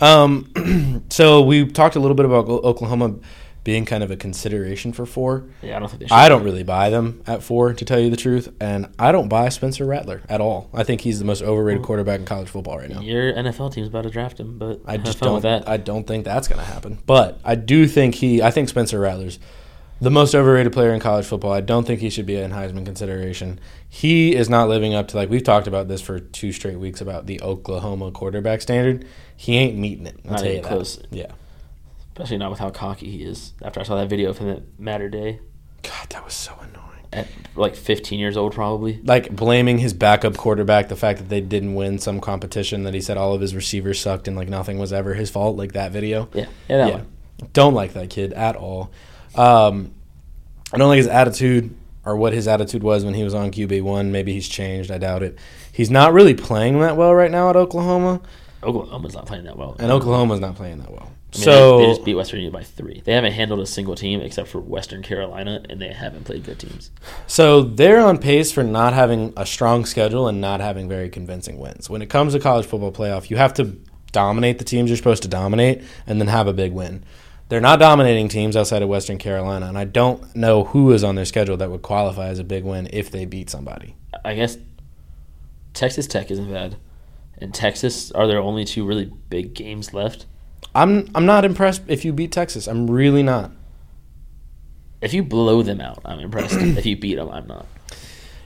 [SPEAKER 2] Um, so we talked a little bit about O- Oklahoma being kind of a consideration for four.
[SPEAKER 1] Yeah, I don't think they should.
[SPEAKER 2] I don't really buy them at four, to tell you the truth, and I don't buy Spencer Rattler at all. I think he's the most overrated quarterback in college football right now.
[SPEAKER 1] Your NFL team's about to draft him, but
[SPEAKER 2] I just
[SPEAKER 1] fun
[SPEAKER 2] don't.
[SPEAKER 1] with that.
[SPEAKER 2] I don't think that's going to happen. But I do think he. I think Spencer Rattler's the most overrated player in college football. I don't think he should be in Heisman consideration. He is not living up to like we've talked about this for two straight weeks about the Oklahoma quarterback standard. He ain't meeting it. I'll
[SPEAKER 1] Not
[SPEAKER 2] tell
[SPEAKER 1] even
[SPEAKER 2] you that.
[SPEAKER 1] close.
[SPEAKER 2] Yeah.
[SPEAKER 1] Especially not with how cocky he is. After I saw that video of him at Matter Day
[SPEAKER 2] God, that was so annoying.
[SPEAKER 1] at like 15 years old, probably.
[SPEAKER 2] Like blaming his backup quarterback, the fact that they didn't win some competition, that he said all of his receivers sucked and like nothing was ever his fault, like that video.
[SPEAKER 1] Yeah, yeah, that
[SPEAKER 2] yeah.
[SPEAKER 1] one.
[SPEAKER 2] Don't like that kid at all. Um, I don't like his attitude or what his attitude was when he was on QB1. Maybe he's changed. I doubt it. He's not really playing that well right now at Oklahoma,
[SPEAKER 1] Oklahoma's not playing that well.
[SPEAKER 2] and Oklahoma's not playing that well.
[SPEAKER 1] I mean,
[SPEAKER 2] so
[SPEAKER 1] they, they just beat Western Union by three. They haven't handled a single team except for Western Carolina, and they haven't played good teams.
[SPEAKER 2] So they're on pace for not having a strong schedule and not having very convincing wins. When it comes to college football playoff, you have to dominate the teams you're supposed to dominate and then have a big win. They're not dominating teams outside of Western Carolina, and I don't know who is on their schedule that would qualify as a big win if they beat somebody.
[SPEAKER 1] I guess Texas Tech isn't bad, and Texas are their only two really big games left.
[SPEAKER 2] I'm I'm not impressed if you beat Texas. I'm really not.
[SPEAKER 1] If you blow them out, I'm impressed. if you beat them, I'm not.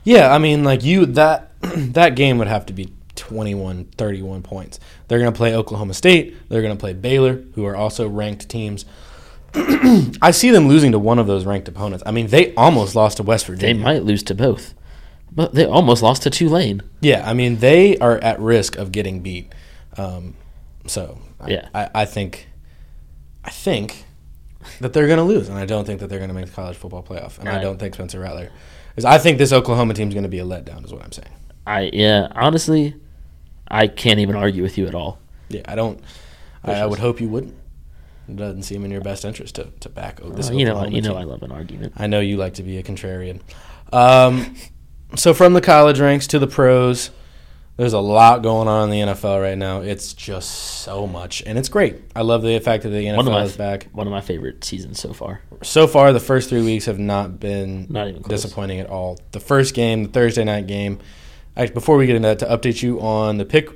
[SPEAKER 2] Yeah, I mean like you that that game would have to be 21 31 points. They're going to play Oklahoma State, they're going to play Baylor, who are also ranked teams. I see them losing to one of those ranked opponents. I mean, they almost lost to West
[SPEAKER 1] They
[SPEAKER 2] Virginia.
[SPEAKER 1] might lose to both, but they almost lost to Tulane.
[SPEAKER 2] Yeah, I mean, they are at risk of getting beat. Um, so I,
[SPEAKER 1] Yeah.
[SPEAKER 2] I, I think I think that they're going to lose, and I don't think that they're going to make the college football playoff, and I
[SPEAKER 1] Right.
[SPEAKER 2] don't think Spencer Rattler is. I think this Oklahoma team's going to be a letdown, is what I'm saying.
[SPEAKER 1] I yeah, honestly, I can't even argue with you at all.
[SPEAKER 2] Yeah, I don't. I, I
[SPEAKER 1] Wishes.
[SPEAKER 2] would hope you wouldn't. It doesn't seem in your best interest to to back this.
[SPEAKER 1] Uh, you know,
[SPEAKER 2] Oklahoma
[SPEAKER 1] you know,
[SPEAKER 2] team.
[SPEAKER 1] I love an argument.
[SPEAKER 2] I know you like to be a contrarian. Um, so from the college ranks to the pros, there's a lot going on in the NFL right now. It's just so much, and it's great. I love the fact that the
[SPEAKER 1] One of
[SPEAKER 2] NFL
[SPEAKER 1] my
[SPEAKER 2] is back.
[SPEAKER 1] one of my favorite seasons so far.
[SPEAKER 2] So far, the first three weeks have not been
[SPEAKER 1] Not even close.
[SPEAKER 2] disappointing at all. The first game, the Thursday night game. Actually, before we get into that, to update you on the pick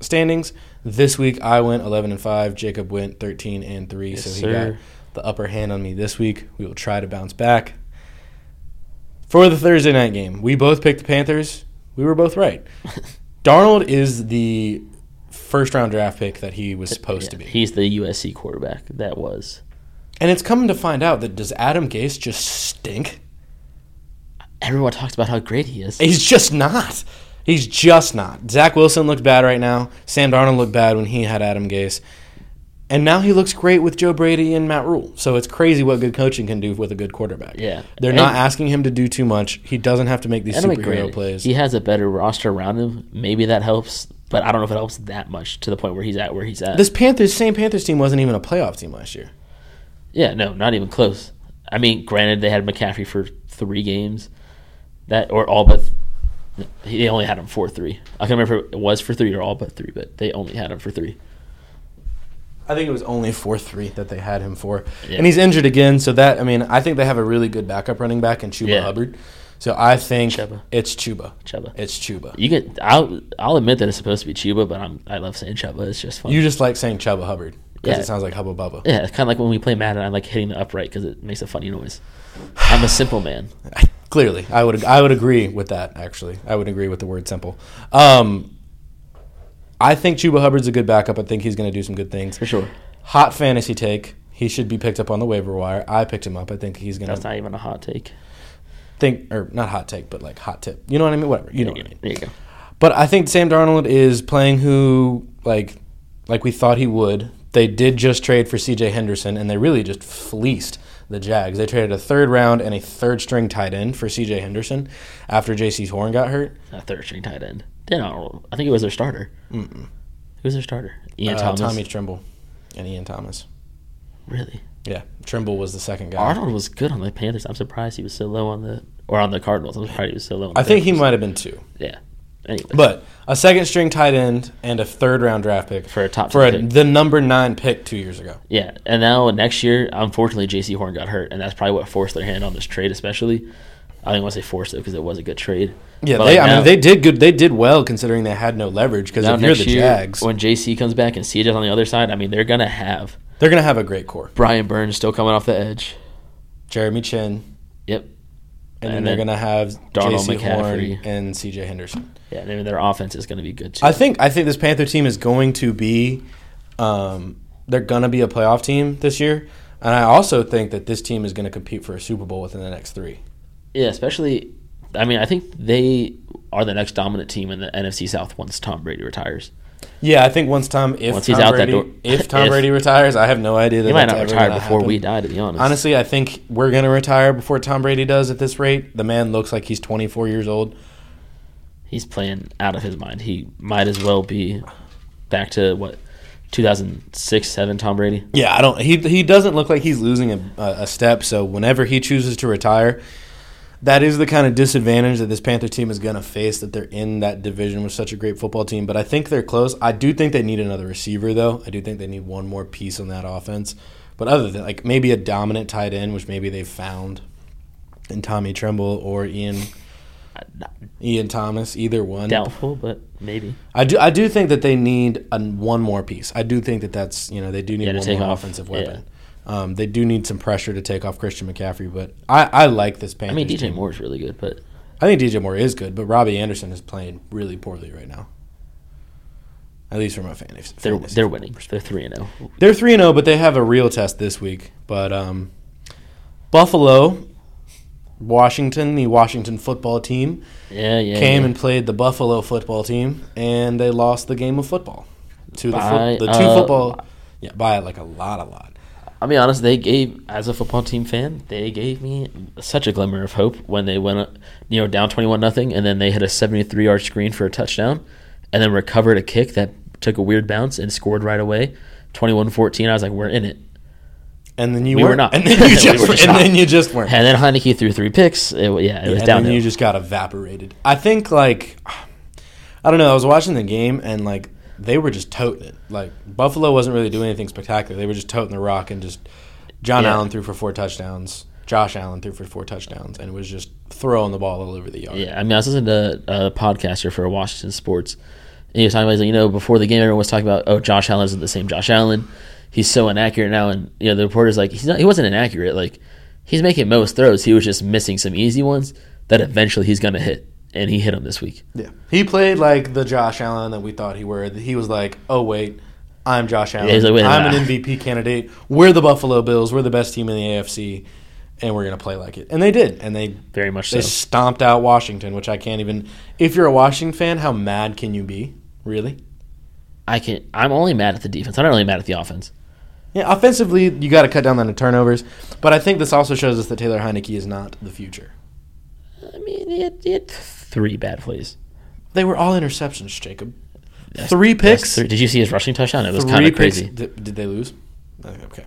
[SPEAKER 2] standings, this week I went 11 and five. Jacob went 13 and three,
[SPEAKER 1] Yes,
[SPEAKER 2] so he
[SPEAKER 1] sir.
[SPEAKER 2] got the upper hand on me this week. We will try to bounce back. For the Thursday night game, we both picked the Panthers. We were both right. Darnold is the first round draft pick that he was supposed
[SPEAKER 1] Yeah,
[SPEAKER 2] to be.
[SPEAKER 1] He's the USC quarterback. That was.
[SPEAKER 2] and it's coming to find out that does Adam Gase just stink?
[SPEAKER 1] Everyone talks about how great he is.
[SPEAKER 2] He's just not. He's just not. Zach Wilson looked bad right now. Sam Darnold looked bad when he had Adam Gase. And now he looks great with Joe Brady and Matt Rule. So it's crazy what good coaching can do with a good quarterback.
[SPEAKER 1] Yeah.
[SPEAKER 2] They're not
[SPEAKER 1] And-
[SPEAKER 2] asking him to do too much. He doesn't have to make these
[SPEAKER 1] And I'm
[SPEAKER 2] superhero
[SPEAKER 1] granted,
[SPEAKER 2] plays.
[SPEAKER 1] He has a better roster around him. Maybe that helps, but I don't know if it helps that much to the point where he's at where he's at.
[SPEAKER 2] this Panthers, same Panthers team wasn't even a playoff team last year.
[SPEAKER 1] yeah, no, not even close. I mean, granted, they had McCaffrey for three games, that or all but he they only had him for three. I can't remember if it was for three or all but three, but they only had him for three.
[SPEAKER 2] I think it was only four three that they had him for,
[SPEAKER 1] Yeah.
[SPEAKER 2] and he's injured again. So that I mean, I think they have a really good backup running back in Chuba
[SPEAKER 1] Yeah.
[SPEAKER 2] Hubbard. So I think
[SPEAKER 1] Chuba.
[SPEAKER 2] it's Chuba.
[SPEAKER 1] Chuba.
[SPEAKER 2] It's Chuba.
[SPEAKER 1] You get, I'll, I'll admit that it's supposed to be Chuba, but I'm, I love saying Chuba. It's just fun.
[SPEAKER 2] You just like saying Chuba Hubbard because
[SPEAKER 1] Yeah.
[SPEAKER 2] it sounds like Hubba Bubba.
[SPEAKER 1] yeah, it's kind of like when we play Madden. I like hitting the upright because it makes a funny noise. I'm a simple man.
[SPEAKER 2] Clearly, I would I would agree with that. Actually, I would agree with the word simple. Um, I think Chuba Hubbard's a good backup. I think he's going to do some good things
[SPEAKER 1] For sure.
[SPEAKER 2] Hot fantasy take. He should be picked up on the waiver wire. I picked him up. I think he's going
[SPEAKER 1] That's
[SPEAKER 2] to
[SPEAKER 1] not even a hot take.
[SPEAKER 2] think or not hot take, but like hot tip. You know what I mean? Whatever. You know what I mean.
[SPEAKER 1] There you go.
[SPEAKER 2] But I think Sam Darnold is playing who like like we thought he would. They did just trade for C.J. Henderson, and they really just fleeced the Jags. They traded a third round and a third string tight end for C.J. Henderson after J.C. Horn got hurt.
[SPEAKER 1] a third string tight end. They don't. I think it was their starter. Who's their starter? Ian
[SPEAKER 2] Uh,
[SPEAKER 1] Thomas.
[SPEAKER 2] Tommy Trimble. and Ian Thomas.
[SPEAKER 1] Really,
[SPEAKER 2] Yeah, Trimble was the second guy.
[SPEAKER 1] Arnold was good on the Panthers. I'm surprised he was so low on the or on the Cardinals. I'm surprised he was so low. On the
[SPEAKER 2] I think he
[SPEAKER 1] Panthers.
[SPEAKER 2] might have been two.
[SPEAKER 1] Yeah. Anyway,
[SPEAKER 2] But a second string tight end and a third round draft pick
[SPEAKER 1] For a top
[SPEAKER 2] for
[SPEAKER 1] pick.
[SPEAKER 2] the number nine pick two years ago.
[SPEAKER 1] yeah, and now next year, unfortunately, J.C. Horn got hurt, and that's probably what forced their hand on this trade, especially. I don't want to say forced it because it was a good trade.
[SPEAKER 2] Yeah,
[SPEAKER 1] But,
[SPEAKER 2] they,
[SPEAKER 1] like,
[SPEAKER 2] I
[SPEAKER 1] now-
[SPEAKER 2] mean they did good. They did well considering they had no leverage because
[SPEAKER 1] now
[SPEAKER 2] if you're the
[SPEAKER 1] next year
[SPEAKER 2] Jags,
[SPEAKER 1] when J.C. comes back and CJ's on the other side, I mean they're gonna have
[SPEAKER 2] they're gonna have a great core.
[SPEAKER 1] Brian Burns still coming off the edge.
[SPEAKER 2] Jeremy Chin,
[SPEAKER 1] Yep.
[SPEAKER 2] and,
[SPEAKER 1] And
[SPEAKER 2] then they're
[SPEAKER 1] then
[SPEAKER 2] gonna have
[SPEAKER 1] Darnell
[SPEAKER 2] J.C. Horn
[SPEAKER 1] McCaffrey.
[SPEAKER 2] and C.J. Henderson.
[SPEAKER 1] Yeah, and I mean, their offense is gonna be good too.
[SPEAKER 2] I think I think this Panther team is going to be um, they're gonna be a playoff team this year. And I also think that this team is going to compete for a Super Bowl within the next three.
[SPEAKER 1] yeah, especially. I mean, I think they are the next dominant team in the NFC South once Tom Brady retires.
[SPEAKER 2] Yeah, I think once Tom, if
[SPEAKER 1] Once
[SPEAKER 2] Tom
[SPEAKER 1] he's out that
[SPEAKER 2] Brady,
[SPEAKER 1] door-
[SPEAKER 2] if Tom
[SPEAKER 1] if-
[SPEAKER 2] Brady retires, I have no idea. That
[SPEAKER 1] He might
[SPEAKER 2] that's
[SPEAKER 1] not
[SPEAKER 2] ever
[SPEAKER 1] retire
[SPEAKER 2] gonna
[SPEAKER 1] before we
[SPEAKER 2] happen.
[SPEAKER 1] die, to be honest.
[SPEAKER 2] Honestly, I think we're going to retire before Tom Brady does at this rate. The man looks like he's 24 years old.
[SPEAKER 1] he's playing out of his mind. He might as well be back to what 2006, seven Tom Brady.
[SPEAKER 2] Yeah, I don't. He he doesn't look like he's losing a, a step. So whenever he chooses to retire, that is the kind of disadvantage that this Panther team is going to face. That they're in that division with such a great football team. But I think they're close. I do think they need another receiver, though. I do think they need one more piece on that offense. But other than like maybe a dominant tight end, which maybe they've found in Tommy Tremble or Ian Ian Thomas, either one.
[SPEAKER 1] Doubtful, but maybe.
[SPEAKER 2] I do I do think that they need a, one more piece. I do think that that's you know they do need
[SPEAKER 1] Yeah, to
[SPEAKER 2] one
[SPEAKER 1] take
[SPEAKER 2] more
[SPEAKER 1] off.
[SPEAKER 2] offensive weapon. Um, they do need some pressure to take off Christian McCaffrey, but I, I like this
[SPEAKER 1] I
[SPEAKER 2] Panthers.
[SPEAKER 1] mean, DJ
[SPEAKER 2] team.
[SPEAKER 1] Moore's really good, but
[SPEAKER 2] I think DJ Moore is good, but Robbie Anderson is playing really poorly right now. At least from a fan.
[SPEAKER 1] they're they're winning. They're three and oh. zero.
[SPEAKER 2] They're three and zero, but they have a real test this week. But um, Buffalo, Washington, the Washington football team
[SPEAKER 1] Yeah, yeah.
[SPEAKER 2] came
[SPEAKER 1] yeah.
[SPEAKER 2] and played the Buffalo football team, and they lost the game of football to the,
[SPEAKER 1] By,
[SPEAKER 2] foot the two
[SPEAKER 1] uh,
[SPEAKER 2] football. Yeah, by like a lot, a lot.
[SPEAKER 1] I'll be honest. They gave, as a football team fan, they gave me such a glimmer of hope when they went, uh, you know, down twenty-one nothing, and then they hit a seventy-three yard screen for a touchdown, and then recovered a kick that took a weird bounce and scored right away, 21-14. I was like, we're in it.
[SPEAKER 2] And then you
[SPEAKER 1] We were
[SPEAKER 2] weren't.
[SPEAKER 1] not.
[SPEAKER 2] And then
[SPEAKER 1] We
[SPEAKER 2] you just,
[SPEAKER 1] were just
[SPEAKER 2] and
[SPEAKER 1] not.
[SPEAKER 2] then you just weren't.
[SPEAKER 1] And then Heineke threw three picks. It, yeah, it was
[SPEAKER 2] and
[SPEAKER 1] down.
[SPEAKER 2] then you just got evaporated. I think like I don't know. I was watching the game and like they were just toting it. Like Buffalo wasn't really doing anything spectacular. They were just toting the rock and just John
[SPEAKER 1] Yeah.
[SPEAKER 2] Allen threw for four touchdowns. Josh Allen threw for four touchdowns and was just throwing the ball all over the yard.
[SPEAKER 1] Yeah, I mean, I was listening to uh, a podcaster for Washington Sports, and he was talking about, he's like, you know, before the game, everyone was talking about, oh, Josh Allen isn't the same Josh Allen. He's so inaccurate now, and you know, the reporter's like, he's not, he wasn't inaccurate. Like, he's making most throws. He was just missing some easy ones that eventually he's gonna hit, and he hit them this week.
[SPEAKER 2] Yeah. He played like the Josh Allen that we thought he were. He was like, oh, wait, I'm Josh Allen.
[SPEAKER 1] he's like, wait a
[SPEAKER 2] I'm an
[SPEAKER 1] minute."
[SPEAKER 2] MVP candidate. We're the Buffalo Bills. We're the best team in the AFC. And we're going to play like it. And they did. And they
[SPEAKER 1] Very much
[SPEAKER 2] they
[SPEAKER 1] so.
[SPEAKER 2] stomped out Washington, which I can't even. If you're a Washington fan, how mad can you be? Really?
[SPEAKER 1] I can. I'm only mad at the defense. I'm not really mad at the offense.
[SPEAKER 2] Yeah, offensively, you got to cut down on the turnovers. But I think this also shows us that Taylor Heineke is not the future.
[SPEAKER 1] I mean, he had, he had three bad plays.
[SPEAKER 2] They were all interceptions, Jacob. three picks.
[SPEAKER 1] That's three- Did you see his rushing touchdown? It was
[SPEAKER 2] three
[SPEAKER 1] kind of
[SPEAKER 2] picks-
[SPEAKER 1] crazy.
[SPEAKER 2] Did, did they lose? Okay.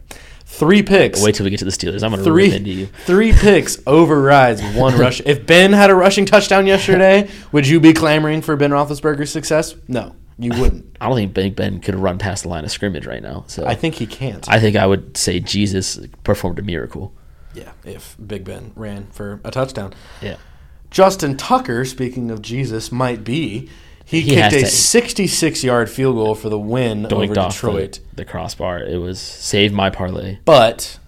[SPEAKER 2] Three picks.
[SPEAKER 1] Wait till we get to the Steelers. I'm gonna rip into
[SPEAKER 2] Three,
[SPEAKER 1] you.
[SPEAKER 2] three picks overrides one rush. If Ben had a rushing touchdown yesterday, would you be clamoring for Ben Roethlisberger's success? No, you wouldn't.
[SPEAKER 1] I don't think Big Ben could run past the line of scrimmage right now. So
[SPEAKER 2] I think he can't.
[SPEAKER 1] I think I would say Jesus performed a miracle.
[SPEAKER 2] yeah, if Big Ben ran for a touchdown.
[SPEAKER 1] Yeah.
[SPEAKER 2] Justin Tucker, speaking of Jesus, might be. He,
[SPEAKER 1] He has
[SPEAKER 2] kicked a
[SPEAKER 1] to-
[SPEAKER 2] 66 yard field goal for the win over
[SPEAKER 1] Doinked off
[SPEAKER 2] Detroit.
[SPEAKER 1] the, the crossbar. It was save my parlay.
[SPEAKER 2] But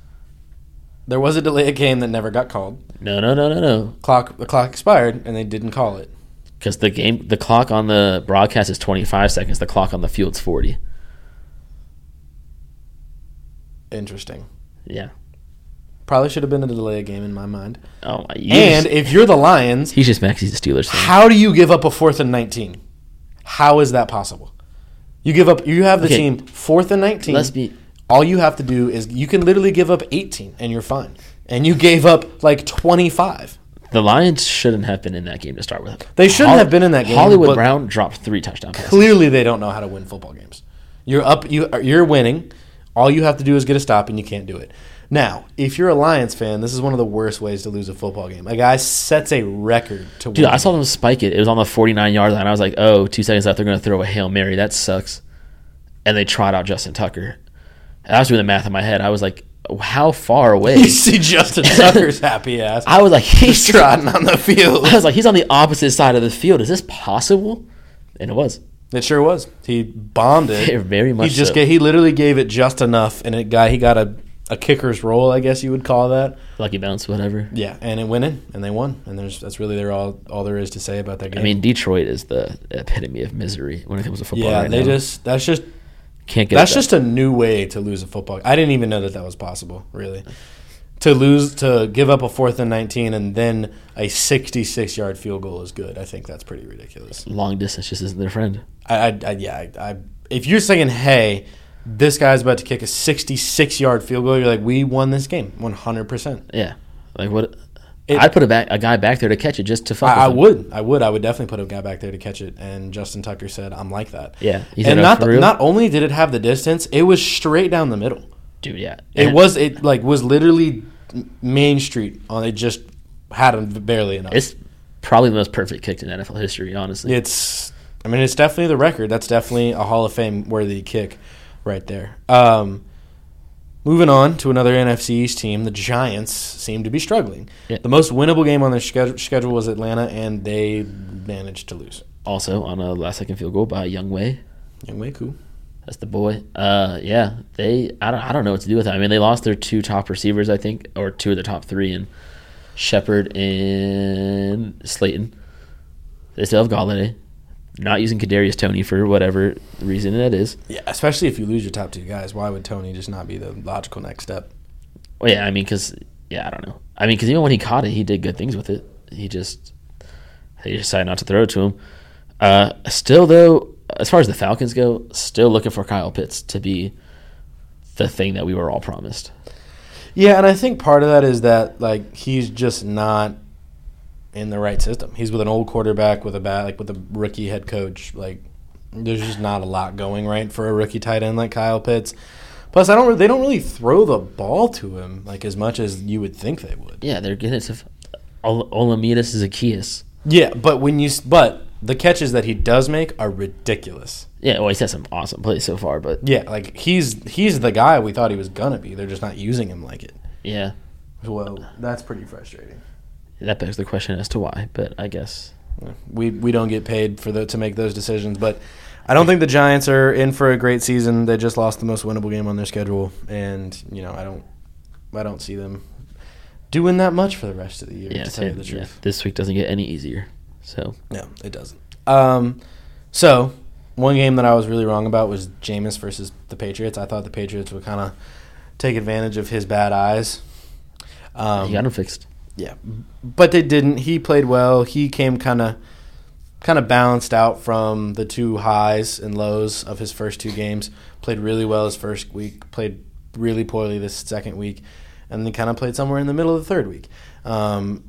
[SPEAKER 2] there was a delay of game that never got called.
[SPEAKER 1] No, no, no, no, no.
[SPEAKER 2] Clock The clock expired, and they didn't call it.
[SPEAKER 1] Because the game, the clock on the broadcast is 25 seconds. The clock on the field's 40.
[SPEAKER 2] Interesting.
[SPEAKER 1] Yeah.
[SPEAKER 2] Probably should have been a delay of game in my mind.
[SPEAKER 1] Oh my. you
[SPEAKER 2] And
[SPEAKER 1] just-
[SPEAKER 2] if you're the Lions,
[SPEAKER 1] he's just Max. He's a Steelers fan.
[SPEAKER 2] how do you give up a fourth and 19? How is that possible? You give up you have the
[SPEAKER 1] Okay.
[SPEAKER 2] team fourth and 19.
[SPEAKER 1] Let's be-
[SPEAKER 2] All you have to do is you can literally give up 18 and you're fine. And you gave up like 25.
[SPEAKER 1] The Lions shouldn't have been in that game to start with.
[SPEAKER 2] They shouldn't have been in that game,
[SPEAKER 1] Hollywood
[SPEAKER 2] but-
[SPEAKER 1] Brown dropped three touchdown passes.
[SPEAKER 2] Clearly they don't know how to win football games. You're up you you're winning All you have to do is get a stop, and you can't do it. Now, if you're a Lions fan, this is one of the worst ways to lose a football game. A guy sets a record to
[SPEAKER 1] Dude,
[SPEAKER 2] win.
[SPEAKER 1] I saw them spike it. It was on the 49 yard line. I was like, oh, two seconds left. They're going to throw a Hail Mary. That sucks. And they trot out Justin Tucker. And I was doing the math in my head. I was like, how far away?
[SPEAKER 2] You see Justin Tucker's happy ass
[SPEAKER 1] I was like, he's
[SPEAKER 2] trotting on the field.
[SPEAKER 1] I was like, he's on the opposite side of the field. Is this possible? And it was.
[SPEAKER 2] It sure was. He bombed it.
[SPEAKER 1] Very much
[SPEAKER 2] He just
[SPEAKER 1] so.
[SPEAKER 2] ga- he literally gave it just enough, and it guy he got a a kicker's roll, I guess you would call that.
[SPEAKER 1] Lucky bounce, whatever.
[SPEAKER 2] Yeah, and it went in, and they won, and there's that's really there all all there is to say about that game.
[SPEAKER 1] I mean, Detroit is the epitome of misery when it comes to football.
[SPEAKER 2] yeah,
[SPEAKER 1] right
[SPEAKER 2] they
[SPEAKER 1] now.
[SPEAKER 2] just that's just
[SPEAKER 1] can't get.
[SPEAKER 2] that's
[SPEAKER 1] it
[SPEAKER 2] just a new way to lose a football. I didn't even know that that was possible, really. To lose, to give up a fourth and nineteen, and then a sixty-six yard field goal is good. I think that's pretty ridiculous.
[SPEAKER 1] done. long distance just isn't their friend.
[SPEAKER 2] I, I, I yeah, I, I if you're saying, hey, this guy's about to kick a 66 yard field goal, you're like, we won this game 100. percent
[SPEAKER 1] Yeah, like what?
[SPEAKER 2] It-
[SPEAKER 1] I'd put a, back, a guy back there to catch it just to fuck. with
[SPEAKER 2] I, I
[SPEAKER 1] him.
[SPEAKER 2] would, I would, I would definitely put a guy back there to catch it. And Justin Tucker said, I'm like that.
[SPEAKER 1] Yeah, he said,
[SPEAKER 2] and
[SPEAKER 1] "Oh,
[SPEAKER 2] not
[SPEAKER 1] for
[SPEAKER 2] the,
[SPEAKER 1] real?"
[SPEAKER 2] not only did it have the distance, it was straight down the middle.
[SPEAKER 1] dude. Yeah,
[SPEAKER 2] It
[SPEAKER 1] And
[SPEAKER 2] was it like was literally Main Street on it just had him barely enough.
[SPEAKER 1] It's probably the most perfect kick in NFL history, honestly.
[SPEAKER 2] It's, I mean, it's definitely the record. That's definitely a Hall of Fame worthy kick, right there. Um, moving on to another NFC East team, the Giants seem to be struggling.
[SPEAKER 1] Yeah.
[SPEAKER 2] The most winnable game on their sched- schedule was Atlanta, and they managed to lose.
[SPEAKER 1] Also on a last second field goal by Young Wei.
[SPEAKER 2] Young way cool.
[SPEAKER 1] That's the boy. Uh, yeah, they. I don't. I don't know what to do with that. I mean, they lost their two top receivers, I think, or two of the top three, and Shepard and Slayton. They still have Galladay. Not using Kadarius Tony for whatever reason that is.
[SPEAKER 2] Yeah, especially if you lose your top two guys. Why would Tony just not be the logical next step?
[SPEAKER 1] Well, yeah, I mean, because yeah, I don't know. I mean, because even when he caught it, he did good things with it. He just he decided not to throw it to him. Uh, still, though, as far as the Falcons go, still looking for Kyle Pitts to be the thing that we were all promised.
[SPEAKER 2] Yeah, and I think part of that is that like he's just not in the right system. He's with an old quarterback with a bad like with a rookie head coach. Like there's just not a lot going right for a rookie tight end like Kyle Pitts. Plus, I don't. re- They don't really throw the ball to him like as much as you would think they would.
[SPEAKER 1] Yeah, they're getting it to Ol- Olamidis Zacchaeus.
[SPEAKER 2] Yeah, but when you s- but the catches that he does make are ridiculous.
[SPEAKER 1] Yeah, well, he's had some awesome plays so far, but
[SPEAKER 2] Yeah, like he's he's the guy we thought he was gonna be. They're just not using him like it.
[SPEAKER 1] yeah,
[SPEAKER 2] Well, that's pretty frustrating.
[SPEAKER 1] that begs the question as to why. But I guess
[SPEAKER 2] we we don't get paid for the, to make those decisions. But I don't think the Giants are in for a great season. They just lost the most winnable game on their schedule, and you know I don't I don't see them doing that much for the rest of the year.
[SPEAKER 1] yeah,
[SPEAKER 2] to tell you
[SPEAKER 1] same.
[SPEAKER 2] the
[SPEAKER 1] Yeah,
[SPEAKER 2] truth,
[SPEAKER 1] this week doesn't get any easier. So
[SPEAKER 2] no, it doesn't. Um, so one game that I was really wrong about was Jameis versus the Patriots. I thought the Patriots would kind of take advantage of his bad eyes. Um,
[SPEAKER 1] you got him fixed.
[SPEAKER 2] yeah, but they didn't. He played well. He came kind of kind of balanced out from the two highs and lows of his first two games. Played really well his first week. Played really poorly this second week, and then kind of played somewhere in the middle of the third week. Um,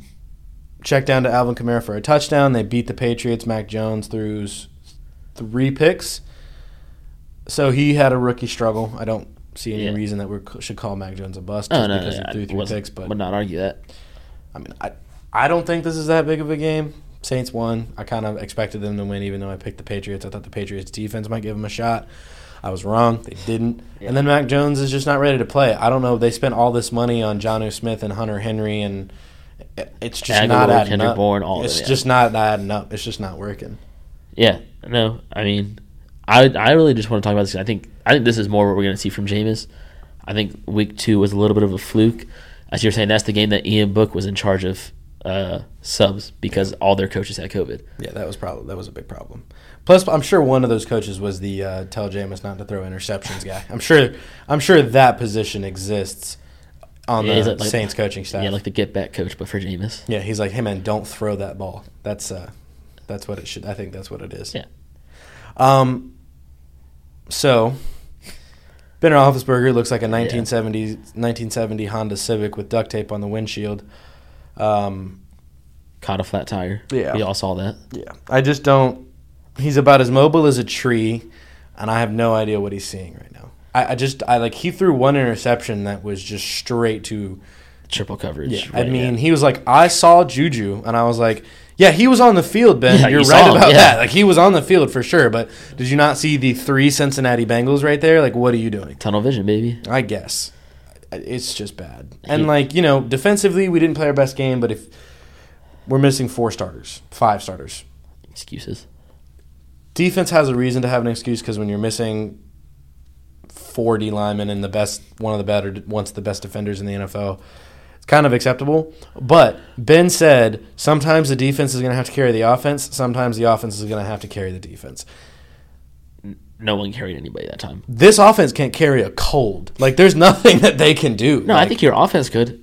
[SPEAKER 2] check down to Alvin Kamara for a touchdown. They beat the Patriots. Mac Jones threw s- three picks, so he had a rookie struggle. I don't see any
[SPEAKER 1] Yeah.
[SPEAKER 2] reason that we should call Mac Jones a bust just
[SPEAKER 1] Oh no, no,
[SPEAKER 2] because
[SPEAKER 1] no,
[SPEAKER 2] he threw
[SPEAKER 1] I
[SPEAKER 2] three
[SPEAKER 1] wasn't-
[SPEAKER 2] picks, but.
[SPEAKER 1] would not argue that.
[SPEAKER 2] I mean, I I don't think this is that big of a game. Saints won. I kind of expected them to win, even though I picked the Patriots. I thought the Patriots defense might give them a shot. I was wrong. They didn't. And then Mac Jones is just not ready to play. I don't know. They spent all this money on Johnu Smith and Hunter Henry, and it- it's just not
[SPEAKER 1] Aguilar,
[SPEAKER 2] adding
[SPEAKER 1] Kendrick
[SPEAKER 2] up.
[SPEAKER 1] Bourne, all of
[SPEAKER 2] it's
[SPEAKER 1] it, yeah.
[SPEAKER 2] just not adding up. It's just not working.
[SPEAKER 1] Yeah, no, I mean, I I really just want to talk about this. I think I think this is more what we're going to see from Jameis. I think week two was a little bit of a fluke, as you're saying. That's the game that Ian Book was in charge of uh, subs because all their coaches had COVID.
[SPEAKER 2] Yeah, that was probably that was a big problem. Plus, I'm sure one of those coaches was the uh, tell Jameis not to throw interceptions guy. I'm sure. I'm sure that position exists on
[SPEAKER 1] Yeah, he's
[SPEAKER 2] the
[SPEAKER 1] like- like-
[SPEAKER 2] Saints coaching staff.
[SPEAKER 1] Yeah, like the get back coach, but for Jameis.
[SPEAKER 2] Yeah, he's like, "Hey man, don't throw that ball." That's uh, that's what it should. I think that's what it is.
[SPEAKER 1] Yeah.
[SPEAKER 2] Um. So, Ben Roethlisberger looks like a 1970, 1970 Honda Civic with duct tape on the windshield. Um.
[SPEAKER 1] Caught a flat tire.
[SPEAKER 2] Yeah.
[SPEAKER 1] we all saw that.
[SPEAKER 2] Yeah, I just don't. He's about as mobile as a tree, and I have no idea what he's seeing right now. I, I just I like he threw one interception that was just straight to
[SPEAKER 1] Triple coverage.
[SPEAKER 2] Yeah, I
[SPEAKER 1] right,
[SPEAKER 2] mean, he was like, I saw Juju, and I was like, yeah, he was on the field, Ben.
[SPEAKER 1] Yeah,
[SPEAKER 2] You're
[SPEAKER 1] you saw
[SPEAKER 2] right
[SPEAKER 1] him,
[SPEAKER 2] about
[SPEAKER 1] yeah.
[SPEAKER 2] that. Like, he was on the field for sure. But did you not see the three Cincinnati Bengals right there? Like, what are you doing?
[SPEAKER 1] tunnel vision, baby.
[SPEAKER 2] I guess it's just bad. And like, you know, defensively, we didn't play our best game, but if we're missing four starters, five starters,
[SPEAKER 1] Excuses.
[SPEAKER 2] defense has a reason to have an excuse because when you're missing four D linemen and the best one of the better once the best defenders in the NFL, it's kind of acceptable. But Ben said sometimes the defense is going to have to carry the offense. Sometimes the offense is going to have to carry the defense.
[SPEAKER 1] No one carried anybody that time.
[SPEAKER 2] This offense can't carry a cold. Like there's nothing that they can do.
[SPEAKER 1] No, I think your offense could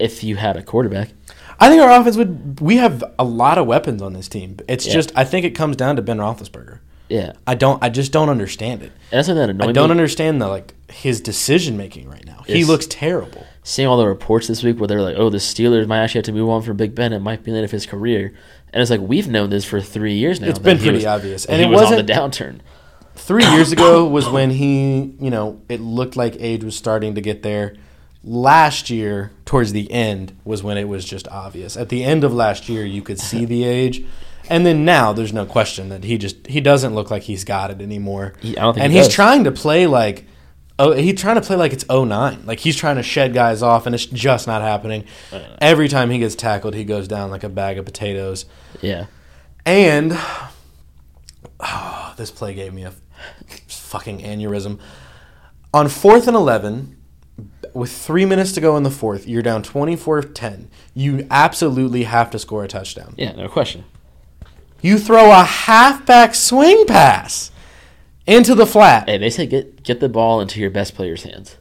[SPEAKER 1] if you had a quarterback.
[SPEAKER 2] I think our offense would. We have a lot of weapons on this team. It's
[SPEAKER 1] Yeah.
[SPEAKER 2] just I think it comes down to Ben Roethlisberger.
[SPEAKER 1] Yeah, and
[SPEAKER 2] I don't. I just don't understand it.
[SPEAKER 1] that's something that annoyed
[SPEAKER 2] I don't
[SPEAKER 1] me.
[SPEAKER 2] understand the like his decision making right now. He
[SPEAKER 1] Yes.
[SPEAKER 2] looks terrible.
[SPEAKER 1] Seeing all the reports this week where they're like, "Oh, the Steelers might actually have to move on from Big Ben. It might be the end of his career." And it's like we've known this for three years now.
[SPEAKER 2] It's
[SPEAKER 1] that
[SPEAKER 2] been
[SPEAKER 1] he
[SPEAKER 2] pretty
[SPEAKER 1] was-
[SPEAKER 2] obvious.
[SPEAKER 1] that
[SPEAKER 2] And
[SPEAKER 1] he
[SPEAKER 2] it
[SPEAKER 1] was on
[SPEAKER 2] wasn't-
[SPEAKER 1] the downturn.
[SPEAKER 2] Three years ago was when he, you know, it looked like age was starting to get there. Last year, towards the end, was when it was just obvious. At the end of last year, you could see the age, and then now there's no question that he just he doesn't look like he's got it anymore.
[SPEAKER 1] He- I don't think
[SPEAKER 2] and
[SPEAKER 1] he
[SPEAKER 2] he's
[SPEAKER 1] does.
[SPEAKER 2] trying to play like oh he's trying to play like it's 09. Like he's trying to shed guys off, and it's just not happening. Every time he gets tackled, he goes down like a bag of potatoes.
[SPEAKER 1] Yeah,
[SPEAKER 2] And oh, this play gave me a fucking aneurysm. On fourth and 11, with three minutes to go in the fourth, you're down 24 10. You absolutely have to score a touchdown.
[SPEAKER 1] yeah, no question.
[SPEAKER 2] You throw a halfback swing pass into the flat.
[SPEAKER 1] Hey, they say get get the ball into your best player's hands.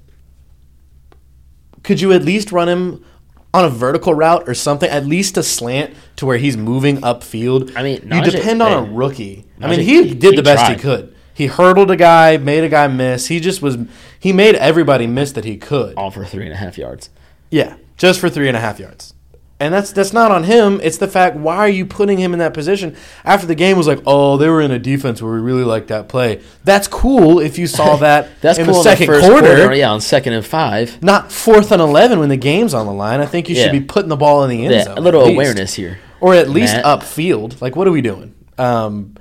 [SPEAKER 2] Could you at least run him on a vertical route or something? At least a slant to where he's moving upfield.
[SPEAKER 1] I mean,
[SPEAKER 2] you
[SPEAKER 1] Najee-
[SPEAKER 2] depend on
[SPEAKER 1] hey,
[SPEAKER 2] a rookie. I mean,
[SPEAKER 1] Najee-
[SPEAKER 2] he
[SPEAKER 1] he-
[SPEAKER 2] did
[SPEAKER 1] he
[SPEAKER 2] the best he
[SPEAKER 1] tried.
[SPEAKER 2] could. He hurdled a guy, made a guy miss. He just was. He made everybody miss that he could.
[SPEAKER 1] All for three and a half yards.
[SPEAKER 2] Yeah, just for three and a half yards. And that's that's not on him. It's the fact why are you putting him in that position after the game was like, oh, they were in a defense where we really liked that play. That's cool if you saw that
[SPEAKER 1] That's
[SPEAKER 2] in
[SPEAKER 1] cool.
[SPEAKER 2] the second
[SPEAKER 1] in the first
[SPEAKER 2] quarter.
[SPEAKER 1] yeah, on second and five.
[SPEAKER 2] Not fourth and eleven when the game's on the line. I think you should
[SPEAKER 1] Yeah.
[SPEAKER 2] be putting the ball in the end
[SPEAKER 1] Yeah,
[SPEAKER 2] zone.
[SPEAKER 1] a little
[SPEAKER 2] at least.
[SPEAKER 1] awareness here.
[SPEAKER 2] or at least
[SPEAKER 1] Matt.
[SPEAKER 2] upfield. Like, what are we doing? Um,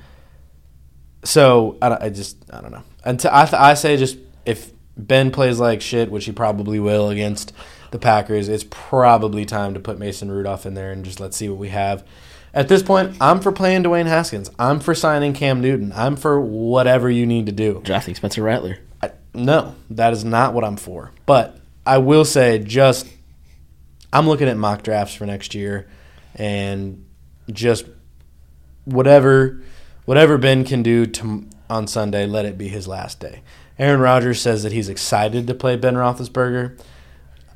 [SPEAKER 2] so I, don't- I just I don't know. Until I, th- I say just if Ben plays like shit, which he probably will against the Packers, it's probably time to put Mason Rudolph in there and just let's see what we have. At this point, I'm for playing Dwayne Haskins. I'm for signing Cam Newton. I'm for whatever you need to do.
[SPEAKER 1] Drafting Spencer Rattler.
[SPEAKER 2] I, no, that is not what I'm for. But I will say, just I'm looking at mock drafts for next year, and just whatever whatever Ben can do to, on Sunday, let it be his last day. Aaron Rodgers says that he's excited to play Ben Roethlisberger.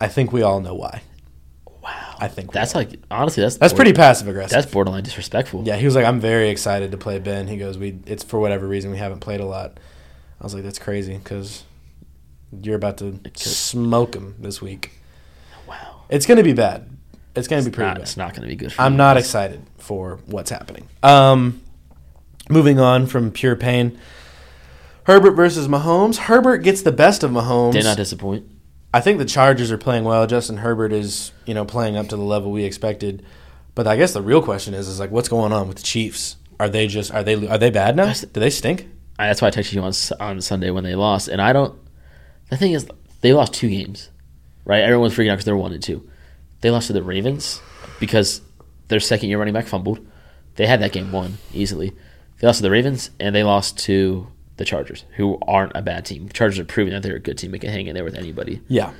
[SPEAKER 2] I think we all know why. Wow, I think we
[SPEAKER 1] That's
[SPEAKER 2] all-
[SPEAKER 1] like honestly, that's
[SPEAKER 2] that's
[SPEAKER 1] bor-
[SPEAKER 2] pretty passive aggressive.
[SPEAKER 1] That's borderline disrespectful.
[SPEAKER 2] Yeah, he was like, I'm very excited to play Ben. He goes, we it's for whatever reason we haven't played a lot. I was like, that's crazy because you're about to smoke him this week.
[SPEAKER 1] Wow.
[SPEAKER 2] It's gonna be bad. It's gonna be pretty
[SPEAKER 1] Not,
[SPEAKER 2] bad.
[SPEAKER 1] it's not going to be good. for
[SPEAKER 2] I'm
[SPEAKER 1] you.
[SPEAKER 2] not excited for what's happening. Um, moving on from pure pain. Herbert versus Mahomes. Herbert gets the best of Mahomes.
[SPEAKER 1] Did not disappoint.
[SPEAKER 2] I think the Chargers are playing well. Justin Herbert is, you know, playing up to the level we expected. But I guess the real question is, is like, what's going on with the Chiefs? Are they just are they are they bad now? Do they stink?
[SPEAKER 1] I, that's why I texted you on S- on Sunday when they lost. And I don't. The thing is, they lost two games, right? Everyone's freaking out because they're one and two. They lost to the Ravens because their second year running back fumbled. They had that game won easily. They lost to the Ravens and they lost to the Chargers, who aren't a bad team. Chargers are proving that they're a good team. They can hang in there with anybody.
[SPEAKER 2] Yeah,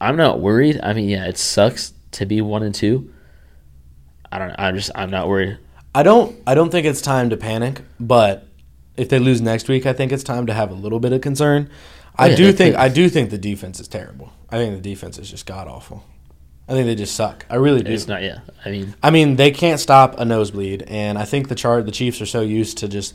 [SPEAKER 1] I'm not worried. I mean, yeah, it sucks to be one and two. I don't. I'm just. I'm not worried.
[SPEAKER 2] I don't I don't think it's time to panic. But if they lose next week, I think it's time to have a little bit of concern. I
[SPEAKER 1] yeah,
[SPEAKER 2] do
[SPEAKER 1] they
[SPEAKER 2] think
[SPEAKER 1] could.
[SPEAKER 2] I do think the defense is terrible. I think the defense is just god awful. I think they just suck. I really do.
[SPEAKER 1] It's not. Yeah. I mean,
[SPEAKER 2] I mean, they can't stop a nosebleed, and I think the char the Chiefs are so used to just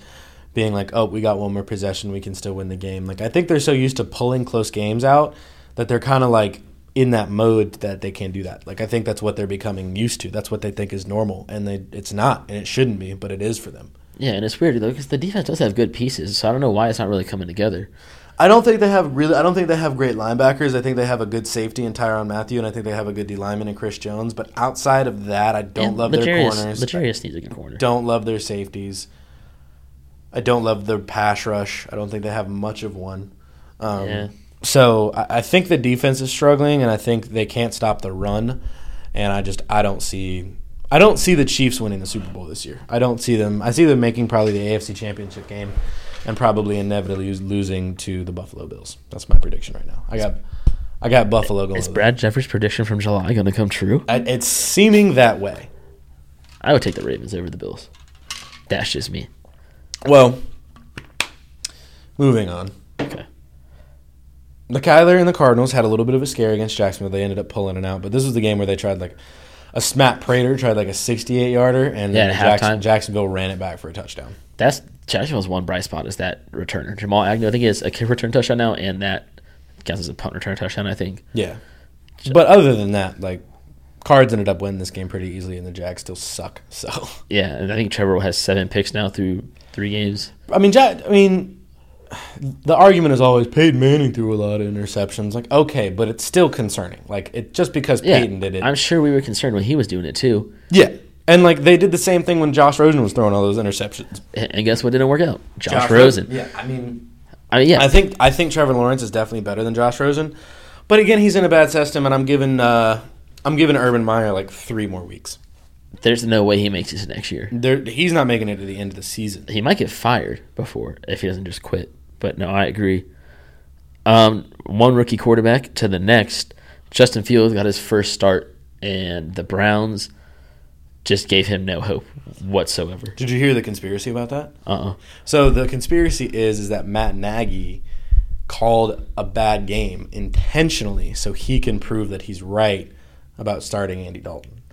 [SPEAKER 2] being like, "Oh, we got one more possession, we can still win the game." Like I think they're so used to pulling close games out that they're kind of like in that mode that they can't do that. Like I think that's what they're becoming used to. That's what they think is normal, and they it's not, and it shouldn't be, but it is for them.
[SPEAKER 1] yeah, and it's weird though because the defense does have good pieces, so I don't know why it's not really coming together.
[SPEAKER 2] I don't think they have really. I don't think they have great linebackers. I think they have a good safety in Tyron Matthew, and I think they have a good D lineman in Chris Jones. But outside of that, I don't love their corners.
[SPEAKER 1] Materius needs a good corner.
[SPEAKER 2] don't love their safeties. I don't love their pass rush. I don't think they have much of one. Um,
[SPEAKER 1] Yeah.
[SPEAKER 2] So I, I think the defense is struggling, and I think they can't stop the run. And I just I don't see I don't see the Chiefs winning the Super Bowl this year. I don't see them. I see them making probably the AFC Championship game, and probably inevitably us- losing to the Buffalo Bills. That's my prediction right now. I got I got Buffalo going.
[SPEAKER 1] Is
[SPEAKER 2] with
[SPEAKER 1] Brad Jeffers' prediction from July going to come true?
[SPEAKER 2] it. I, it's seeming that way.
[SPEAKER 1] I would take the Ravens over the Bills. That's just me.
[SPEAKER 2] Well, moving on.
[SPEAKER 1] Okay.
[SPEAKER 2] the Kyler and the Cardinals had a little bit of a scare against Jacksonville. They ended up pulling it out, but this was the game where they tried like a Matt Prater tried like a 68 yarder, and
[SPEAKER 1] Yeah,
[SPEAKER 2] then
[SPEAKER 1] at
[SPEAKER 2] Jackson,
[SPEAKER 1] halftime.
[SPEAKER 2] Jacksonville ran it back for a touchdown.
[SPEAKER 1] That's Jacksonville's one bright spot is that returner. Jamal Agnew, I think, is a kick return touchdown now, and that counts as a punt return touchdown, I think.
[SPEAKER 2] Yeah, but other than that, like Cards ended up winning this game pretty easily, and the Jags still suck. So
[SPEAKER 1] Yeah, and I think Trevor has seven picks now through three games.
[SPEAKER 2] I mean, Jack, I mean, the argument is always Peyton Manning threw a lot of interceptions. Like okay, but it's still concerning. Like it just because
[SPEAKER 1] Yeah,
[SPEAKER 2] Peyton did it,
[SPEAKER 1] I'm sure we were concerned when he was doing it too.
[SPEAKER 2] yeah. And like they did the same thing when Josh Rosen was throwing all those interceptions.
[SPEAKER 1] And and guess what didn't work out? Josh, Rosen.
[SPEAKER 2] Yeah, I mean,
[SPEAKER 1] I mean, yeah,
[SPEAKER 2] I think I think Trevor Lawrence is definitely better than Josh Rosen, but again, he's in a bad system, and I'm giving uh, I'm giving Urban Meyer like three more weeks.
[SPEAKER 1] there's no way he makes it to next year.
[SPEAKER 2] There, he's not making it to the end of the season.
[SPEAKER 1] He might get fired before if he doesn't just quit. But no, I agree. Um, one rookie quarterback to the next. Justin Fields got his first start, and the Browns just gave him no hope whatsoever.
[SPEAKER 2] Did you hear the conspiracy about that?
[SPEAKER 1] Uh-uh.
[SPEAKER 2] So the conspiracy is is that Matt Nagy called a bad game intentionally so he can prove that he's right about starting Andy Dalton.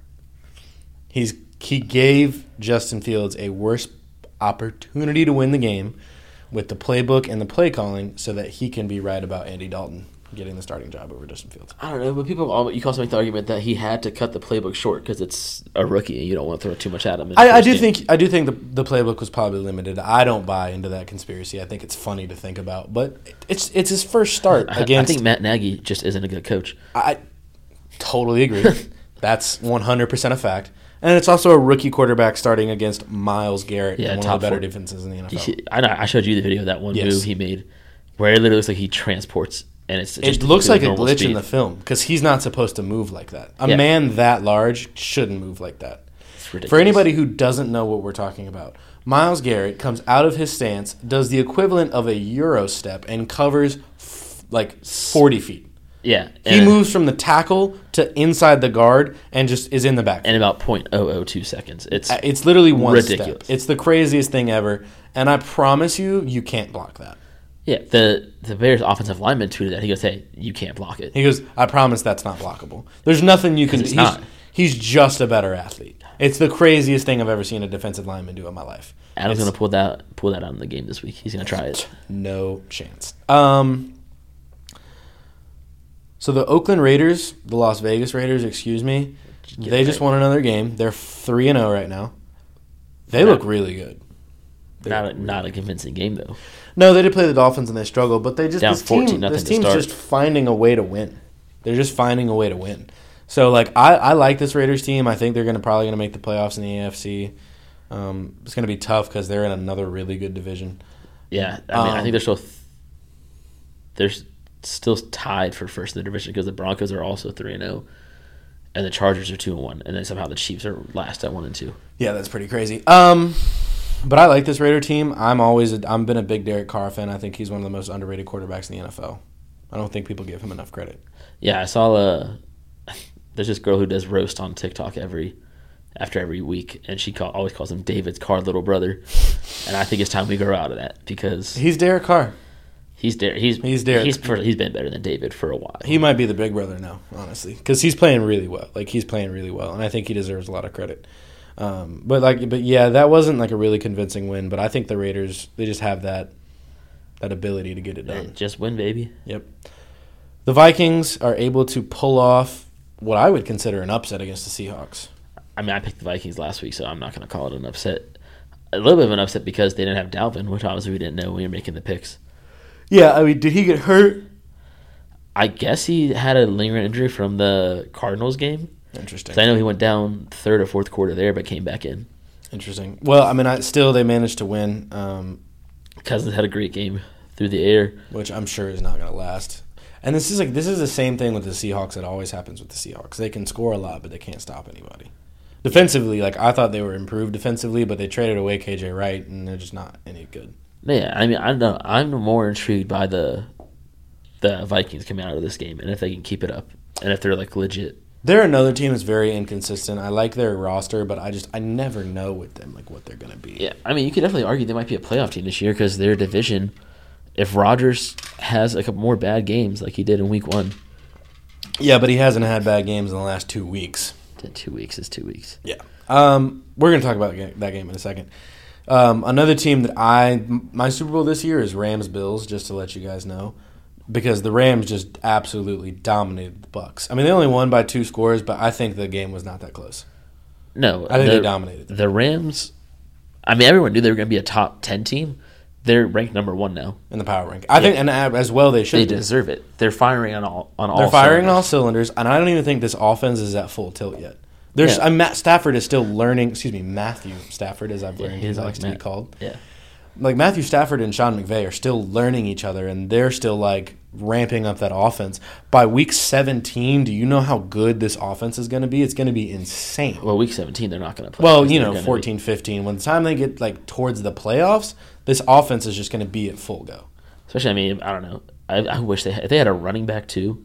[SPEAKER 2] He's he gave Justin Fields a worse opportunity to win the game with the playbook and the play calling so that he can be right about Andy Dalton getting the starting job over Justin Fields.
[SPEAKER 1] I don't know, but people always, you can also make the argument that he had to cut the playbook short because it's a rookie and you don't want to throw too much at him. in the
[SPEAKER 2] I, I
[SPEAKER 1] first
[SPEAKER 2] do
[SPEAKER 1] game.
[SPEAKER 2] think I do think the, the playbook was probably limited. I don't buy into that conspiracy. I think it's funny to think about, but it's it's his first start
[SPEAKER 1] I-
[SPEAKER 2] against
[SPEAKER 1] I think Matt Nagy just isn't a good coach.
[SPEAKER 2] I totally agree. That's 100% a fact. And it's also a rookie quarterback starting against Miles Garrett,
[SPEAKER 1] Yeah,
[SPEAKER 2] one
[SPEAKER 1] top
[SPEAKER 2] of the better
[SPEAKER 1] four.
[SPEAKER 2] defenses in the
[SPEAKER 1] You
[SPEAKER 2] NFL.
[SPEAKER 1] see- I know, I showed you the video of that one
[SPEAKER 2] Yes.
[SPEAKER 1] move he made, where it literally looks like he transports, and it's
[SPEAKER 2] It
[SPEAKER 1] just
[SPEAKER 2] looks like a
[SPEAKER 1] normal
[SPEAKER 2] glitch in
[SPEAKER 1] speed.
[SPEAKER 2] the film because he's not supposed to move like that. A
[SPEAKER 1] Yeah.
[SPEAKER 2] man that large shouldn't move like that.
[SPEAKER 1] It's ridiculous.
[SPEAKER 2] For anybody who doesn't know what we're talking about, Miles Garrett comes out of his stance, does the equivalent of a Euro step, and covers f- like 40 feet.
[SPEAKER 1] yeah,
[SPEAKER 2] He
[SPEAKER 1] and-
[SPEAKER 2] moves from the tackle to inside the guard and just is in the back.
[SPEAKER 1] in about 0.002 seconds. It's
[SPEAKER 2] Uh, It's literally one
[SPEAKER 1] Ridiculous.
[SPEAKER 2] step. It's the craziest thing ever, and I promise you, you can't block that.
[SPEAKER 1] yeah. The the Bears offensive lineman tweeted that he goes, "Hey, you can't block it."
[SPEAKER 2] He goes, "I promise that's not blockable. There's nothing you can do."
[SPEAKER 1] it's
[SPEAKER 2] He's,
[SPEAKER 1] not.
[SPEAKER 2] he's just a better athlete. It's the craziest thing I've ever seen a defensive lineman do in my life.
[SPEAKER 1] Adam's
[SPEAKER 2] It's
[SPEAKER 1] gonna pull that pull that out in the game this week. He's gonna try it.
[SPEAKER 2] no chance. Um. So the Oakland Raiders, the Las Vegas Raiders, excuse me,
[SPEAKER 1] get
[SPEAKER 2] they
[SPEAKER 1] it
[SPEAKER 2] just
[SPEAKER 1] right.
[SPEAKER 2] won another game. They're three and zero right now. They
[SPEAKER 1] Yeah.
[SPEAKER 2] look really good.
[SPEAKER 1] Not a, not a convincing game though.
[SPEAKER 2] No, they did play the Dolphins and they struggled, but they just
[SPEAKER 1] Down
[SPEAKER 2] this team,
[SPEAKER 1] 14 nothing
[SPEAKER 2] this
[SPEAKER 1] to
[SPEAKER 2] team's
[SPEAKER 1] start.
[SPEAKER 2] just finding a way to win. They're just finding a way to win. So like I, I like this Raiders team. I think they're gonna probably gonna make the playoffs in the AFC. Um, it's gonna be tough because they're in another really good division.
[SPEAKER 1] Yeah, I mean, I
[SPEAKER 2] Um,
[SPEAKER 1] think they're still th- they're s- still tied for first in the division because the Broncos are also three and zero, and the Chargers are two and one, and then somehow the Chiefs are last at one and two.
[SPEAKER 2] Yeah, that's pretty crazy. Um, but I like this Raider team. I'm always a, I'm been a big Derek Carr fan. I think he's one of the most underrated quarterbacks in the NFL. I don't think people give him enough credit.
[SPEAKER 1] Yeah, I saw uh there's this girl who does roast on TikTok every after every week, and she call, always calls him David's car little brother, and I think it's time we grow out of that because
[SPEAKER 2] He's Derek Carr.
[SPEAKER 1] he's there. He's
[SPEAKER 2] He's Derek.
[SPEAKER 1] He's per- he's been better than David for a while.
[SPEAKER 2] He might be the big brother now, honestly, because he's playing really well. Like he's playing really well, and I think he deserves a lot of credit. Um, but like, but yeah, that wasn't like a really convincing win. But I think the Raiders they just have that that ability to get it done.
[SPEAKER 1] Just win, baby.
[SPEAKER 2] Yep. The Vikings are able to pull off what I would consider an upset against the Seahawks.
[SPEAKER 1] I mean, I picked the Vikings last week, so I'm not going to call it an upset. A little bit of an upset because they didn't have Dalvin, which obviously we didn't know when we were making the picks.
[SPEAKER 2] Yeah, I mean, did he get hurt?
[SPEAKER 1] I guess he had a lingering injury from the Cardinals game.
[SPEAKER 2] Interesting.
[SPEAKER 1] 'Cause I know he went down third or fourth quarter there, but came back in.
[SPEAKER 2] Interesting. Well, I mean, I, still they managed to win, um,
[SPEAKER 1] Cousins had a great game through the air.
[SPEAKER 2] which I'm sure is not going to last. And this is like this is the same thing with the Seahawks that always happens with the Seahawks. They can score a lot, but they can't stop anybody. Defensively, like I thought they were improved defensively, but they traded away KJ Wright, and they're just not any good.
[SPEAKER 1] Yeah, I mean, I don't know. I'm more intrigued by the the Vikings coming out of this game and if they can keep it up and if they're like legit.
[SPEAKER 2] They're another team that's very inconsistent. I like their roster, but I just I never know with them like what they're going to be.
[SPEAKER 1] Yeah, I mean, you could definitely argue they might be a playoff team this year because their division. If Rodgers has a couple more bad games like he did in Week One,
[SPEAKER 2] Yeah, but he hasn't had bad games in the last two weeks.
[SPEAKER 1] then two weeks is two weeks.
[SPEAKER 2] Yeah. Um, we're going to talk about that ga- that game in a second. Um, another team that I m- my Super Bowl this year is Rams Bills. Just to let you guys know, because the Rams just absolutely dominated the Bucks. I mean, they only won by two scores, but I think the game was not that close.
[SPEAKER 1] No,
[SPEAKER 2] I think
[SPEAKER 1] the,
[SPEAKER 2] they dominated.
[SPEAKER 1] The Rams. I mean, everyone knew they were going to be a top ten team. They're ranked number one now.
[SPEAKER 2] in the power rank. I think, and a- as well, they should.
[SPEAKER 1] They
[SPEAKER 2] be.
[SPEAKER 1] deserve it. They're firing on all on all.
[SPEAKER 2] They're firing on all
[SPEAKER 1] cylinders.
[SPEAKER 2] cylinders, and I don't even think this offense is at full tilt yet. There's
[SPEAKER 1] Yeah.
[SPEAKER 2] uh, Matt Stafford is still learning. Excuse me, Matthew Stafford, as I've learned, he
[SPEAKER 1] he's
[SPEAKER 2] likes
[SPEAKER 1] like
[SPEAKER 2] to be
[SPEAKER 1] Matt.
[SPEAKER 2] called.
[SPEAKER 1] Yeah.
[SPEAKER 2] like Matthew Stafford and Sean McVay are still learning each other, and they're still like ramping up that offense. By week 17, do you know how good this offense is going to be? It's going to be insane.
[SPEAKER 1] Well, week seventeen, they're not going to play.
[SPEAKER 2] Well,
[SPEAKER 1] because
[SPEAKER 2] you
[SPEAKER 1] they're
[SPEAKER 2] know,
[SPEAKER 1] gonna be-
[SPEAKER 2] 14, 15. When the time they get like towards the playoffs, this offense is just going to be at full go.
[SPEAKER 1] Especially, I mean, I don't know. I, I wish they had, if they had a running back too,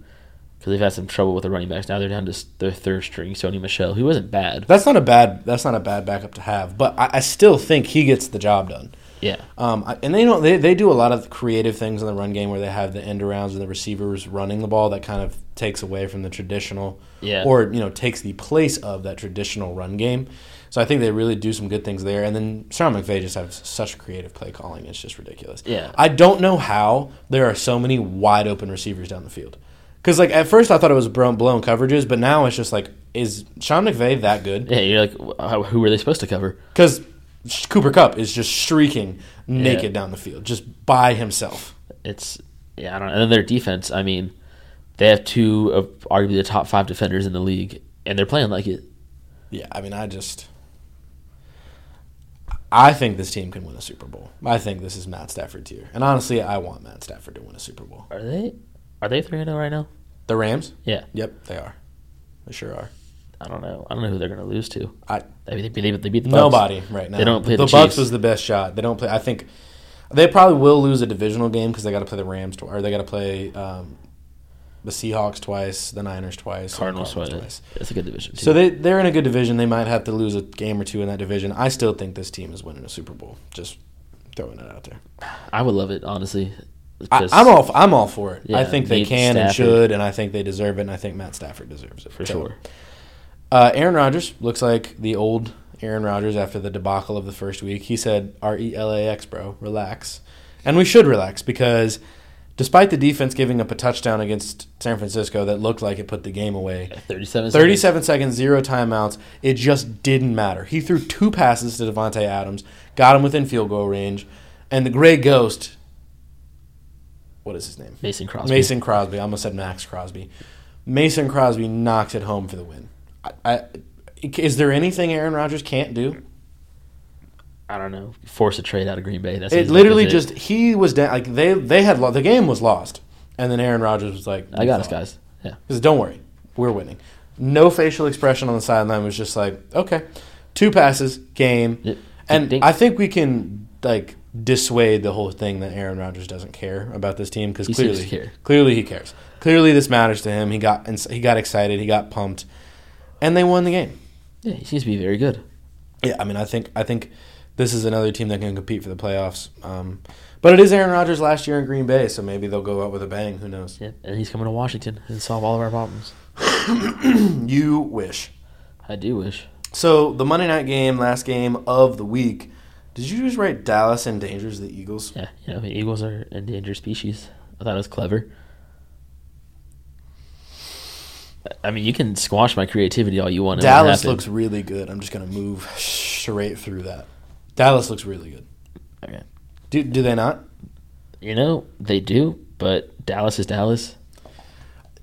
[SPEAKER 1] because they've had some trouble with the running backs. Now they're down to s- their third string, Sony Michelle, who wasn't bad.
[SPEAKER 2] That's not a bad. That's not a bad backup to have. But I, I still think he gets the job done.
[SPEAKER 1] Yeah,
[SPEAKER 2] Um, I- and they don't. They, they do a lot of creative things in the run game where they have the end arounds and the receivers running the ball. That kind of takes away from the traditional,
[SPEAKER 1] Yeah.
[SPEAKER 2] or you know, takes the place of that traditional run game. So I think they really do some good things there. And then Sean McVay just has such creative play calling. It's just ridiculous.
[SPEAKER 1] Yeah.
[SPEAKER 2] I don't know how there are so many wide open receivers down the field. Because like at first I thought it was blown, blown coverages, but now it's just like, is Sean McVay that good?
[SPEAKER 1] yeah. You're like, wh- how- who were they supposed to cover?
[SPEAKER 2] because Cooper Cup is just streaking naked down the field, just by himself.
[SPEAKER 1] It's yeah, I don't. know. And then their defense. I mean, they have two of arguably the top five defenders in the league, and they're playing like it.
[SPEAKER 2] Yeah, I mean, I just, I think this team can win a Super Bowl. I think this is Matt Stafford tier, and honestly, I want Matt Stafford to win a Super Bowl.
[SPEAKER 1] Are they? Are they three and zero right now?
[SPEAKER 2] The Rams?
[SPEAKER 1] Yeah.
[SPEAKER 2] Yep, they are. They sure are.
[SPEAKER 1] I don't know. I don't know who they're going to lose to.
[SPEAKER 2] I
[SPEAKER 1] I mean, they, beat- they, beat- they beat the Bucks.
[SPEAKER 2] nobody right now.
[SPEAKER 1] They don't play
[SPEAKER 2] the
[SPEAKER 1] the
[SPEAKER 2] Bucks
[SPEAKER 1] Chiefs.
[SPEAKER 2] was the best shot. They don't play. I think they probably will lose a divisional game because they got to play the Rams twice, or they got to play um, the Seahawks twice, the Niners twice, and the
[SPEAKER 1] Cardinals. Cardinals That's a good division. Too.
[SPEAKER 2] So they they're in a good division. They might have to lose a game or two in that division. I still think this team is winning a Super Bowl. Just throwing it out there.
[SPEAKER 1] I would love it honestly.
[SPEAKER 2] I,
[SPEAKER 1] because-
[SPEAKER 2] I'm all I'm all for it. I
[SPEAKER 1] Yeah,
[SPEAKER 2] think they
[SPEAKER 1] need
[SPEAKER 2] can and
[SPEAKER 1] Stafford.
[SPEAKER 2] should, and I think they deserve it. And I think Matt Stafford deserves it
[SPEAKER 1] for
[SPEAKER 2] So,
[SPEAKER 1] sure.
[SPEAKER 2] Uh, Aaron Rodgers looks like the old Aaron Rodgers after the debacle of the first week. He said, "R E L A X, bro, relax," and we should relax because. Despite the defense giving up a touchdown against San Francisco that looked like it put the game away,
[SPEAKER 1] Thirty-seven.
[SPEAKER 2] 37 seconds, zero timeouts. It just didn't matter. He threw two passes to Devontae Adams, got him within field goal range, and the Grey Ghost, what is his name?
[SPEAKER 1] Mason Crosby.
[SPEAKER 2] Mason Crosby. I almost said Max Crosby. Mason Crosby knocks it home for the win. I, I, is there anything Aaron Rodgers can't do?
[SPEAKER 1] I don't know. Force a trade out of Green Bay. That's
[SPEAKER 2] It
[SPEAKER 1] easy.
[SPEAKER 2] literally
[SPEAKER 1] That's
[SPEAKER 2] just he was down. Like they they had lo- the game was lost, and then Aaron Rodgers was like,
[SPEAKER 1] I got
[SPEAKER 2] "We
[SPEAKER 1] us,
[SPEAKER 2] fell."
[SPEAKER 1] guys. Yeah.
[SPEAKER 2] He says, "Don't worry, we're winning." No facial expression on the sideline was just like, "Okay, two passes, game."
[SPEAKER 1] Yeah.
[SPEAKER 2] And
[SPEAKER 1] Ding.
[SPEAKER 2] I think we can like dissuade the whole thing that Aaron Rodgers doesn't care about this team because
[SPEAKER 1] He seems
[SPEAKER 2] clearly,
[SPEAKER 1] to care.
[SPEAKER 2] clearly he cares. Clearly, this matters to him. He got ins- he got excited. He got pumped, and they won the game.
[SPEAKER 1] Yeah. He seems to be very good.
[SPEAKER 2] Yeah, I mean, I think I think this is another team that can compete for the playoffs. Um, but it is Aaron Rodgers last year in Green Bay, so maybe they'll go out with a bang. Who knows?
[SPEAKER 1] Yeah. And he's coming to Washington and solve all of our problems.
[SPEAKER 2] You wish.
[SPEAKER 1] I do wish.
[SPEAKER 2] So the Monday night game, last game of the week. Did you just write Dallas endangers the Eagles?
[SPEAKER 1] Yeah. You know, eagles are endangered species. I thought it was clever. I mean, you can squash my creativity all you want. it won't
[SPEAKER 2] Dallas
[SPEAKER 1] happen.
[SPEAKER 2] looks really good. I'm just gonna move straight through that. Dallas looks really good.
[SPEAKER 1] Okay.
[SPEAKER 2] Do do they not?
[SPEAKER 1] You know, they do, but Dallas is Dallas.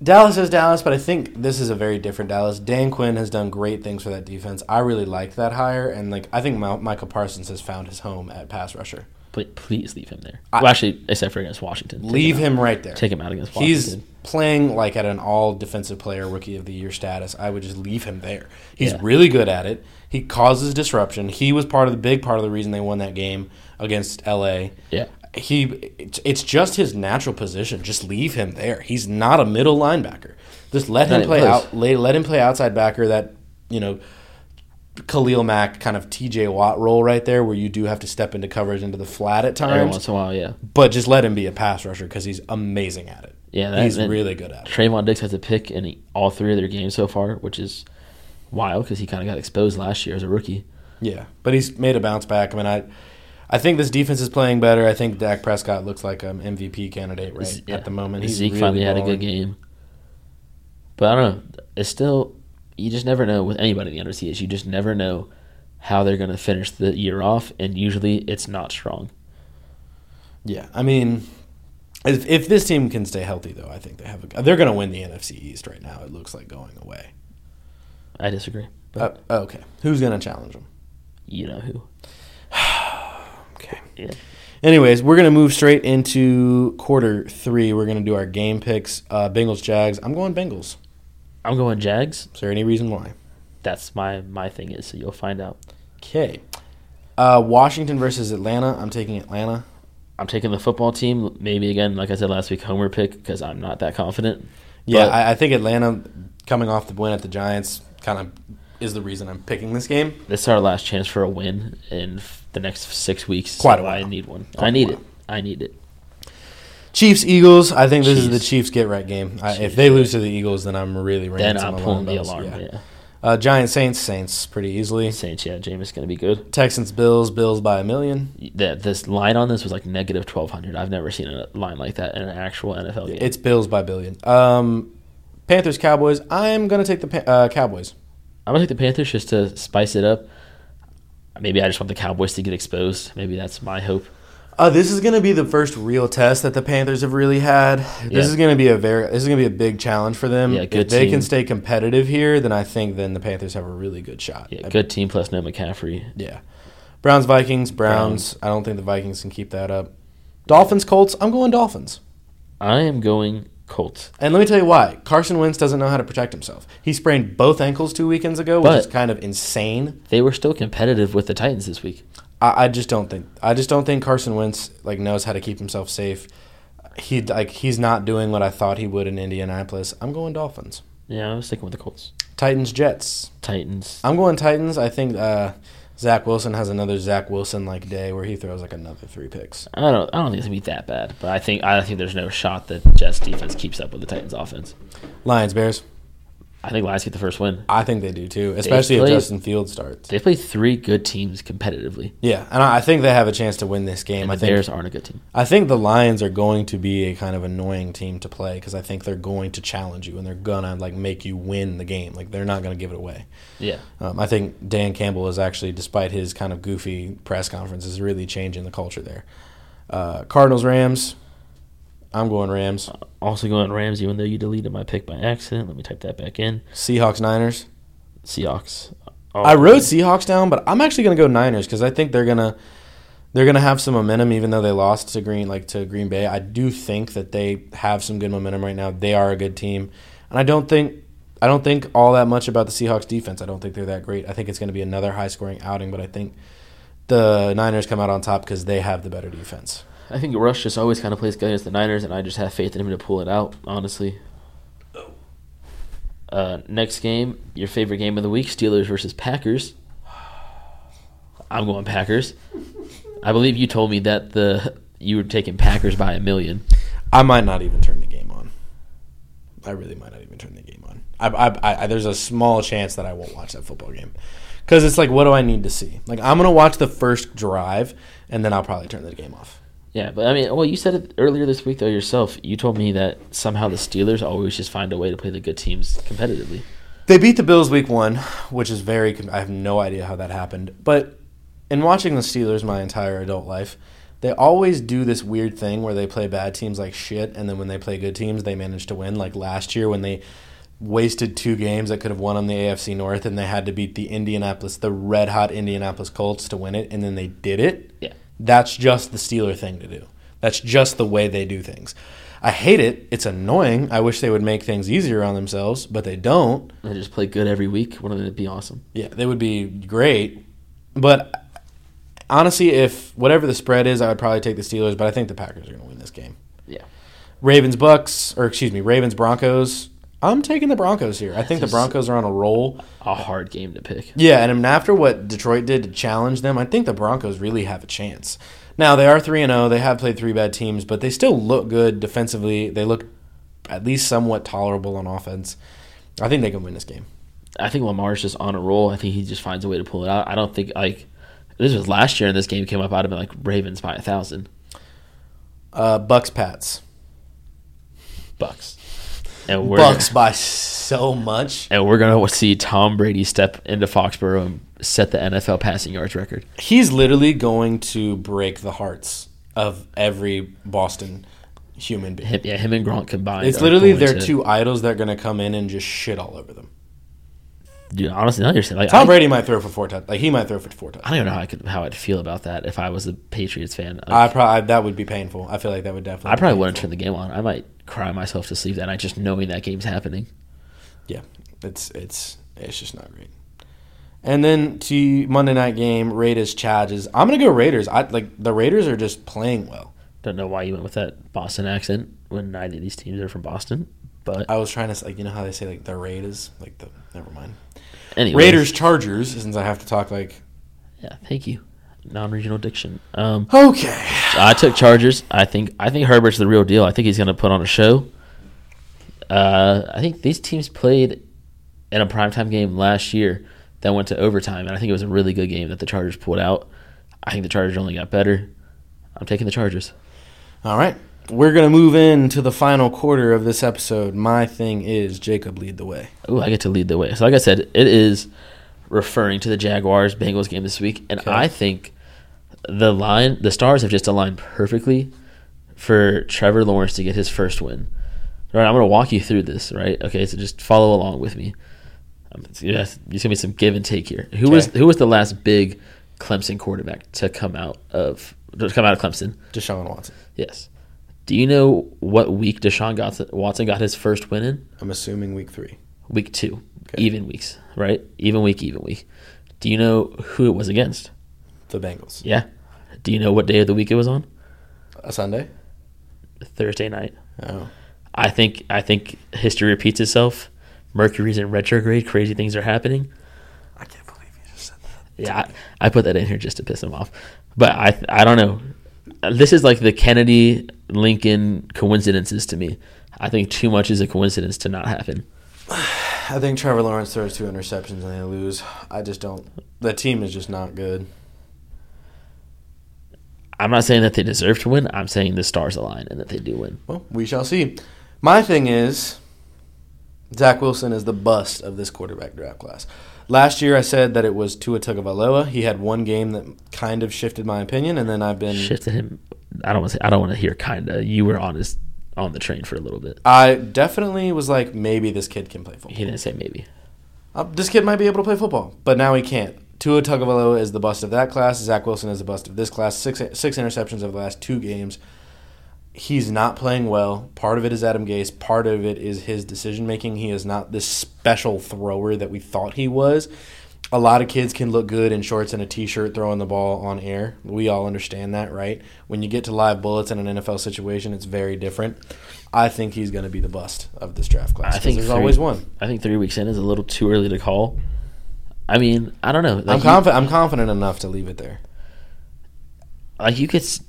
[SPEAKER 2] Dallas is Dallas, but I think this is a very different Dallas. Dan Quinn has done great things for that defense. I really like that hire, and like I think Ma- Michael Parsons has found his home at pass rusher.
[SPEAKER 1] But please leave him there.
[SPEAKER 2] I-
[SPEAKER 1] well, actually, except for against Washington. Take
[SPEAKER 2] Leave
[SPEAKER 1] out.
[SPEAKER 2] him right there.
[SPEAKER 1] Take him out against
[SPEAKER 2] He's
[SPEAKER 1] Washington.
[SPEAKER 2] playing like at an all defensive player rookie of the year status. I would just leave him there. He's
[SPEAKER 1] Yeah.
[SPEAKER 2] really good at it. He causes disruption. He was part of the big part of the reason they won that game against LA.
[SPEAKER 1] Yeah.
[SPEAKER 2] He it's, it's just his natural position. Just leave him there. He's not a middle linebacker. Just let
[SPEAKER 1] Not
[SPEAKER 2] him
[SPEAKER 1] even
[SPEAKER 2] play
[SPEAKER 1] close.
[SPEAKER 2] out let, let him play outside backer that, you know, Khalil Mack kind of TJ Watt role right there where you do have to step into coverage into the flat at times.
[SPEAKER 1] Every once in a while, yeah.
[SPEAKER 2] But just let him be a pass rusher because he's amazing at it.
[SPEAKER 1] Yeah, that-
[SPEAKER 2] he's
[SPEAKER 1] that-
[SPEAKER 2] really good at it.
[SPEAKER 1] Trayvon Diggs has a pick in all three of their games so far, which is wild because he kind of got exposed last year as a rookie.
[SPEAKER 2] Yeah, but he's made a bounce back. I mean, I, I think this defense is playing better. I think Dak Prescott looks like an MVP candidate right
[SPEAKER 1] Z- yeah.
[SPEAKER 2] at the moment. He's
[SPEAKER 1] Zeke
[SPEAKER 2] really
[SPEAKER 1] finally had a
[SPEAKER 2] balling.
[SPEAKER 1] good game. But I don't know. It's still, you just never know with anybody in the NFC. Is you just never know how they're going to finish the year off, and usually it's not strong.
[SPEAKER 2] Yeah, I mean, if, if this team can stay healthy, though, I think they have. A, they're going to win the NFC East right now. It looks like going away.
[SPEAKER 1] I disagree. But
[SPEAKER 2] Uh, okay, who's going to challenge them?
[SPEAKER 1] you know who?
[SPEAKER 2] Okay.
[SPEAKER 1] Yeah.
[SPEAKER 2] Anyways, we're gonna move straight into quarter three. We're gonna do our game picks. Uh, Bengals, Jags. I'm going Bengals.
[SPEAKER 1] I'm going Jags.
[SPEAKER 2] Is there any reason why?
[SPEAKER 1] That's my my thing is. So you'll find out.
[SPEAKER 2] Okay. Uh, Washington versus Atlanta. I'm taking Atlanta.
[SPEAKER 1] I'm taking the football team. Maybe again, like I said last week, Homer pick because I'm not that confident.
[SPEAKER 2] Yeah,
[SPEAKER 1] But-
[SPEAKER 2] I, I think Atlanta coming off the win at the Giants kind of is the reason I'm picking this game.
[SPEAKER 1] This is our last chance for a win in f- the next six weeks.
[SPEAKER 2] Quite a
[SPEAKER 1] I
[SPEAKER 2] while.
[SPEAKER 1] need one.
[SPEAKER 2] Quite
[SPEAKER 1] I
[SPEAKER 2] a
[SPEAKER 1] need
[SPEAKER 2] while.
[SPEAKER 1] it. I need it.
[SPEAKER 2] Chiefs Eagles. I think this is the
[SPEAKER 1] Chiefs.
[SPEAKER 2] Chiefs get right game. I, if they lose to the Eagles, then I'm really ringing
[SPEAKER 1] Then
[SPEAKER 2] some
[SPEAKER 1] I'm pulling the
[SPEAKER 2] bells.
[SPEAKER 1] alarm.
[SPEAKER 2] Yeah.
[SPEAKER 1] yeah.
[SPEAKER 2] Uh, Giants Saints Saints pretty easily.
[SPEAKER 1] Saints, yeah, Jameis going to be good.
[SPEAKER 2] Texans Bills Bills by a million.
[SPEAKER 1] That this line on this was like negative twelve hundred. I've never seen a line like that in an actual NFL game.
[SPEAKER 2] It's Bills by billion. Um, Panthers Cowboys. I'm gonna take the pa- uh, Cowboys.
[SPEAKER 1] I'm gonna take the Panthers just to spice it up. Maybe I just want the Cowboys to get exposed. Maybe that's my hope.
[SPEAKER 2] Uh, this is going to be the first real test that the Panthers have really had. This
[SPEAKER 1] Yeah.
[SPEAKER 2] is going to be a very this is going to be a big challenge for them.
[SPEAKER 1] Yeah, good
[SPEAKER 2] if they
[SPEAKER 1] team.
[SPEAKER 2] can stay competitive here, then I think then the Panthers have a really good shot.
[SPEAKER 1] Yeah,
[SPEAKER 2] I-
[SPEAKER 1] good team plus no McCaffrey.
[SPEAKER 2] yeah. Browns Vikings Browns. I don't think the Vikings can keep that up. Dolphins Colts. I'm going Dolphins.
[SPEAKER 1] I am going Colts.
[SPEAKER 2] And let me tell you why. Carson Wentz doesn't know how to protect himself. He sprained both ankles two weekends ago, which
[SPEAKER 1] But-
[SPEAKER 2] is kind of insane.
[SPEAKER 1] They were still competitive with the Titans this week.
[SPEAKER 2] I, I just don't think I just don't think Carson Wentz like knows how to keep himself safe. He like he's not doing what I thought he would in Indianapolis. I'm going Dolphins.
[SPEAKER 1] Yeah, I was sticking with the Colts.
[SPEAKER 2] Titans Jets.
[SPEAKER 1] Titans.
[SPEAKER 2] I'm going Titans. I think uh, Zach Wilson has another Zach Wilson like day where he throws like another three picks.
[SPEAKER 1] I don't. I don't think it's gonna be that bad, but I think. I think there's no shot that Jets defense keeps up with the Titans offense.
[SPEAKER 2] Lions Bears.
[SPEAKER 1] I think Lions get the first win.
[SPEAKER 2] I think they do too, especially if
[SPEAKER 1] played-
[SPEAKER 2] Justin Fields starts.
[SPEAKER 1] They play three good teams competitively.
[SPEAKER 2] Yeah, and I I think they have a chance to win this game.
[SPEAKER 1] And
[SPEAKER 2] I
[SPEAKER 1] the
[SPEAKER 2] think
[SPEAKER 1] Bears aren't a good team.
[SPEAKER 2] I think the Lions are going to be a kind of annoying team to play because I think they're going to challenge you and they're gonna like make you win the game. Like they're not gonna give it away.
[SPEAKER 1] Yeah.
[SPEAKER 2] Um, I think Dan Campbell is actually, despite his kind of goofy press conference, is really changing the culture there. Uh, Cardinals, Rams. I'm going Rams.
[SPEAKER 1] Also going Rams, even though you deleted my pick by accident. Let me type that back in.
[SPEAKER 2] Seahawks, Niners.
[SPEAKER 1] Seahawks.
[SPEAKER 2] I
[SPEAKER 1] Oh,
[SPEAKER 2] wrote Seahawks down, but I'm actually going to go Niners because I think they're gonna they're gonna have some momentum, even though they lost to Green like to Green Bay. I do think that they have some good momentum right now. They are a good team, and I don't think I don't think all that much about the Seahawks defense. I don't think they're that great. I think it's going to be another high scoring outing, but I think the Niners come out on top because they have the better defense.
[SPEAKER 1] I think Rush just always kind of plays good against the Niners, and I just have faith in him to pull it out. Honestly. Uh, next game, your favorite game of the week: Steelers versus Packers. I'm going Packers. I believe you told me that the you were taking Packers by a million.
[SPEAKER 2] I might not even turn the game on. I really might not even turn the game on. I, I, I, I, there's a small chance that I won't watch that football game because it's like, what do I need to see? Like, I'm gonna watch the first drive and then I'll probably turn the game off.
[SPEAKER 1] Yeah, but I mean, well, you said it earlier this week though yourself. You told me that somehow the Steelers always just find a way to play the good teams competitively.
[SPEAKER 2] They beat the Bills week one, which is very. com- I have no idea how that happened, but in watching the Steelers my entire adult life, They always do this weird thing where they play bad teams like shit, and then when they play good teams, they manage to win. Like last year when they wasted two games that could have won on the AFC North, and they had to beat the Indianapolis, the red hot Indianapolis Colts to win it, and then they did it.
[SPEAKER 1] Yeah.
[SPEAKER 2] That's just the Steeler thing to do. That's just the way they do things. I hate it. It's annoying. I wish they would make things easier on themselves, but they don't.
[SPEAKER 1] They just play good every week. Wouldn't it be awesome?
[SPEAKER 2] Yeah, they would be great. But honestly, if whatever the spread is, I would probably take the Steelers, but I think the Packers are going to win this game.
[SPEAKER 1] Yeah.
[SPEAKER 2] Ravens Bucks, or excuse me, Ravens Broncos. I'm taking the Broncos here. I think the
[SPEAKER 1] This is-
[SPEAKER 2] Broncos are on a roll.
[SPEAKER 1] A hard game to pick.
[SPEAKER 2] Yeah, and I mean, after what Detroit did to challenge them, I think the Broncos really have a chance. Now they are three and zero. They have played three bad teams, but they still look good defensively. They look at least somewhat tolerable on offense. I think they can win this game.
[SPEAKER 1] I think Lamar's just on a roll. I think he just finds a way to pull it out. I don't think like this was last year and this game came up. I'd have been like Ravens by a thousand
[SPEAKER 2] Uh, Bucks Pats.
[SPEAKER 1] bucks, and we're
[SPEAKER 2] Bucks by so much.
[SPEAKER 1] and we're gonna see Tom Brady step into Foxborough and set the NFL passing yards record.
[SPEAKER 2] He's literally going to break the hearts of every Boston human being.
[SPEAKER 1] Him, yeah, him and Gronk combined.
[SPEAKER 2] It's
[SPEAKER 1] are
[SPEAKER 2] literally
[SPEAKER 1] going
[SPEAKER 2] their
[SPEAKER 1] to-
[SPEAKER 2] two idols that are going to come in and just shit all over them.
[SPEAKER 1] Dude, honestly, now you're saying like I,
[SPEAKER 2] Tom Brady might throw for four touchdowns. Like he might throw for four touchdowns.
[SPEAKER 1] I don't even know how I could how I'd feel about that if I was a Patriots fan. Like,
[SPEAKER 2] I probably that would be painful. I feel like that would definitely.
[SPEAKER 1] I
[SPEAKER 2] be
[SPEAKER 1] probably
[SPEAKER 2] painful.
[SPEAKER 1] wouldn't turn the game on. I might cry myself to sleep that night just knowing that game's happening.
[SPEAKER 2] Yeah, it's it's it's just not great. And then to Monday night game, Raiders Chargers. I'm gonna go Raiders. I like the Raiders are just playing well.
[SPEAKER 1] Don't know why you went with that Boston accent when neither of these teams are from Boston. But
[SPEAKER 2] I was trying to s- like you know how they say like the Raiders like the never mind
[SPEAKER 1] anyway,
[SPEAKER 2] Raiders Chargers since I have to talk like
[SPEAKER 1] Yeah, thank you. Non-regional diction. Um,
[SPEAKER 2] okay
[SPEAKER 1] I took Chargers. I think I think Herbert's the real deal. I think he's going to put on a show. Uh, I think these teams played in a primetime game last year that went to overtime, and I think it was a really good game that the Chargers pulled out. I think the Chargers only got better. I'm taking the Chargers.
[SPEAKER 2] all right we're gonna move into the final quarter of this episode. My thing is Jacob lead the way.
[SPEAKER 1] Ooh, I get to lead the way. So, like I said, it is referring to the Jaguars Bengals game this week, and
[SPEAKER 2] Okay.
[SPEAKER 1] I think the line, the stars have just aligned perfectly for Trevor Lawrence to get his first win. All right, I'm going to walk you through this. Right, okay, so just follow along with me. Um, it's, yeah, it's- there's going to be some give and take here. Who was
[SPEAKER 2] Okay.
[SPEAKER 1] who was the last big Clemson quarterback to come out of to come out of Clemson?
[SPEAKER 2] Deshaun Watson.
[SPEAKER 1] Yes. Do you know what week Deshaun got, Watson got his first win in?
[SPEAKER 2] I'm assuming week three.
[SPEAKER 1] week two,
[SPEAKER 2] Okay.
[SPEAKER 1] even weeks, right? Even week, even week. Do you know who it was against?
[SPEAKER 2] The Bengals.
[SPEAKER 1] Yeah. Do you know what day of the week it was on?
[SPEAKER 2] A Sunday.
[SPEAKER 1] Thursday night.
[SPEAKER 2] Oh.
[SPEAKER 1] I think I think history repeats itself. Mercury's in retrograde. Crazy things are happening.
[SPEAKER 2] I can't believe you just said that.
[SPEAKER 1] Yeah, I, I put that in here just to piss him off. But I I don't know. This is like the Kennedy Lincoln coincidences to me. I think too much is a coincidence to not happen.
[SPEAKER 2] I think Trevor Lawrence throws two interceptions and they lose. I just don't. The team is just not good.
[SPEAKER 1] I'm not saying that they deserve to win. I'm saying the stars align and that they do win.
[SPEAKER 2] Well, we shall see. My thing is, Zach Wilson is the bust of this quarterback draft class. Last year, I said that it was Tua Tagovailoa. He had one game that kind of shifted my opinion, and then I've been.
[SPEAKER 1] shifted him. I don't want to. I don't want to hear kinda. You were on his on the train for a little bit.
[SPEAKER 2] I definitely was like, maybe this kid can play
[SPEAKER 1] He
[SPEAKER 2] football.
[SPEAKER 1] didn't say maybe.
[SPEAKER 2] Uh, this kid might be able to play football, but now he can't. Tua Tagovailoa is the bust of that class. Zach Wilson is the bust of this class. Six six interceptions over the last two games. He's not playing well. Part of it is Adam Gase. Part of it is his decision making. He is not this special thrower that we thought he was. A lot of kids can look good in shorts and a t-shirt throwing the ball on air. We all understand that, right? When you get to live bullets in an NFL situation, it's very different. I think he's going to be the bust of this draft class.
[SPEAKER 1] I
[SPEAKER 2] 'cause
[SPEAKER 1] think
[SPEAKER 2] there's
[SPEAKER 1] three-
[SPEAKER 2] always one.
[SPEAKER 1] I think three weeks in is a little too early to call. I mean, I don't know. Like
[SPEAKER 2] I'm
[SPEAKER 1] you-
[SPEAKER 2] confident. I'm confident enough to leave it there.
[SPEAKER 1] like you could, s-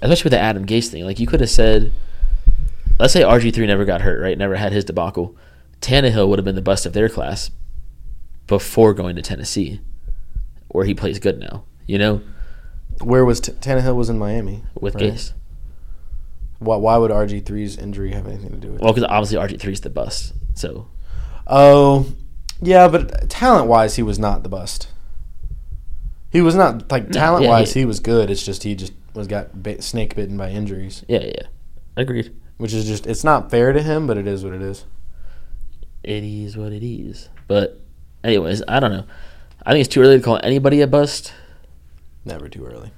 [SPEAKER 1] especially with the Adam Gase thing. Like you could have said, let's say RG three never got hurt, right? Never had his debacle. Tannehill would have been the bust of their class before going to Tennessee, where he plays good now. You know,
[SPEAKER 2] Where was T- Tannehill was in Miami
[SPEAKER 1] with
[SPEAKER 2] right?
[SPEAKER 1] Gase.
[SPEAKER 2] Why, why would RG 3s injury have anything to do with? it?
[SPEAKER 1] Well, because obviously RG three is the bust. So
[SPEAKER 2] Oh, yeah, but talent wise, he was not the bust. He was not like talent wise.
[SPEAKER 1] he-
[SPEAKER 2] he, was good. It's just he just was got bit, snake bitten by injuries,
[SPEAKER 1] Yeah, yeah. Agreed.
[SPEAKER 2] which is just it's not fair to him, but it is what it is.
[SPEAKER 1] It is what it is. But, anyways, I don't know. I think it's too early to call anybody a bust.
[SPEAKER 2] Never too early.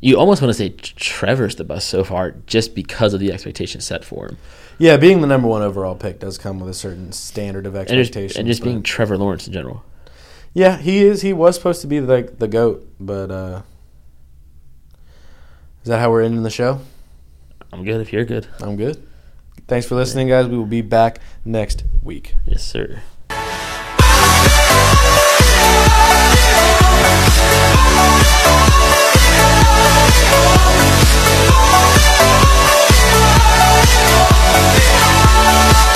[SPEAKER 1] You almost want to say Tr- Trevor's the bust so far just because of the expectations set for him.
[SPEAKER 2] Yeah, being the number one overall pick does come with a certain standard of
[SPEAKER 1] And
[SPEAKER 2] expectations.
[SPEAKER 1] just, and just
[SPEAKER 2] but-
[SPEAKER 1] being Trevor Lawrence in general.
[SPEAKER 2] yeah, he is. He was supposed to be like the goat, but uh is that how we're ending the show?
[SPEAKER 1] I'm good if you're good.
[SPEAKER 2] I'm good. Thanks for listening, guys. We will be back next week.
[SPEAKER 1] Yes, sir.
[SPEAKER 3] Thank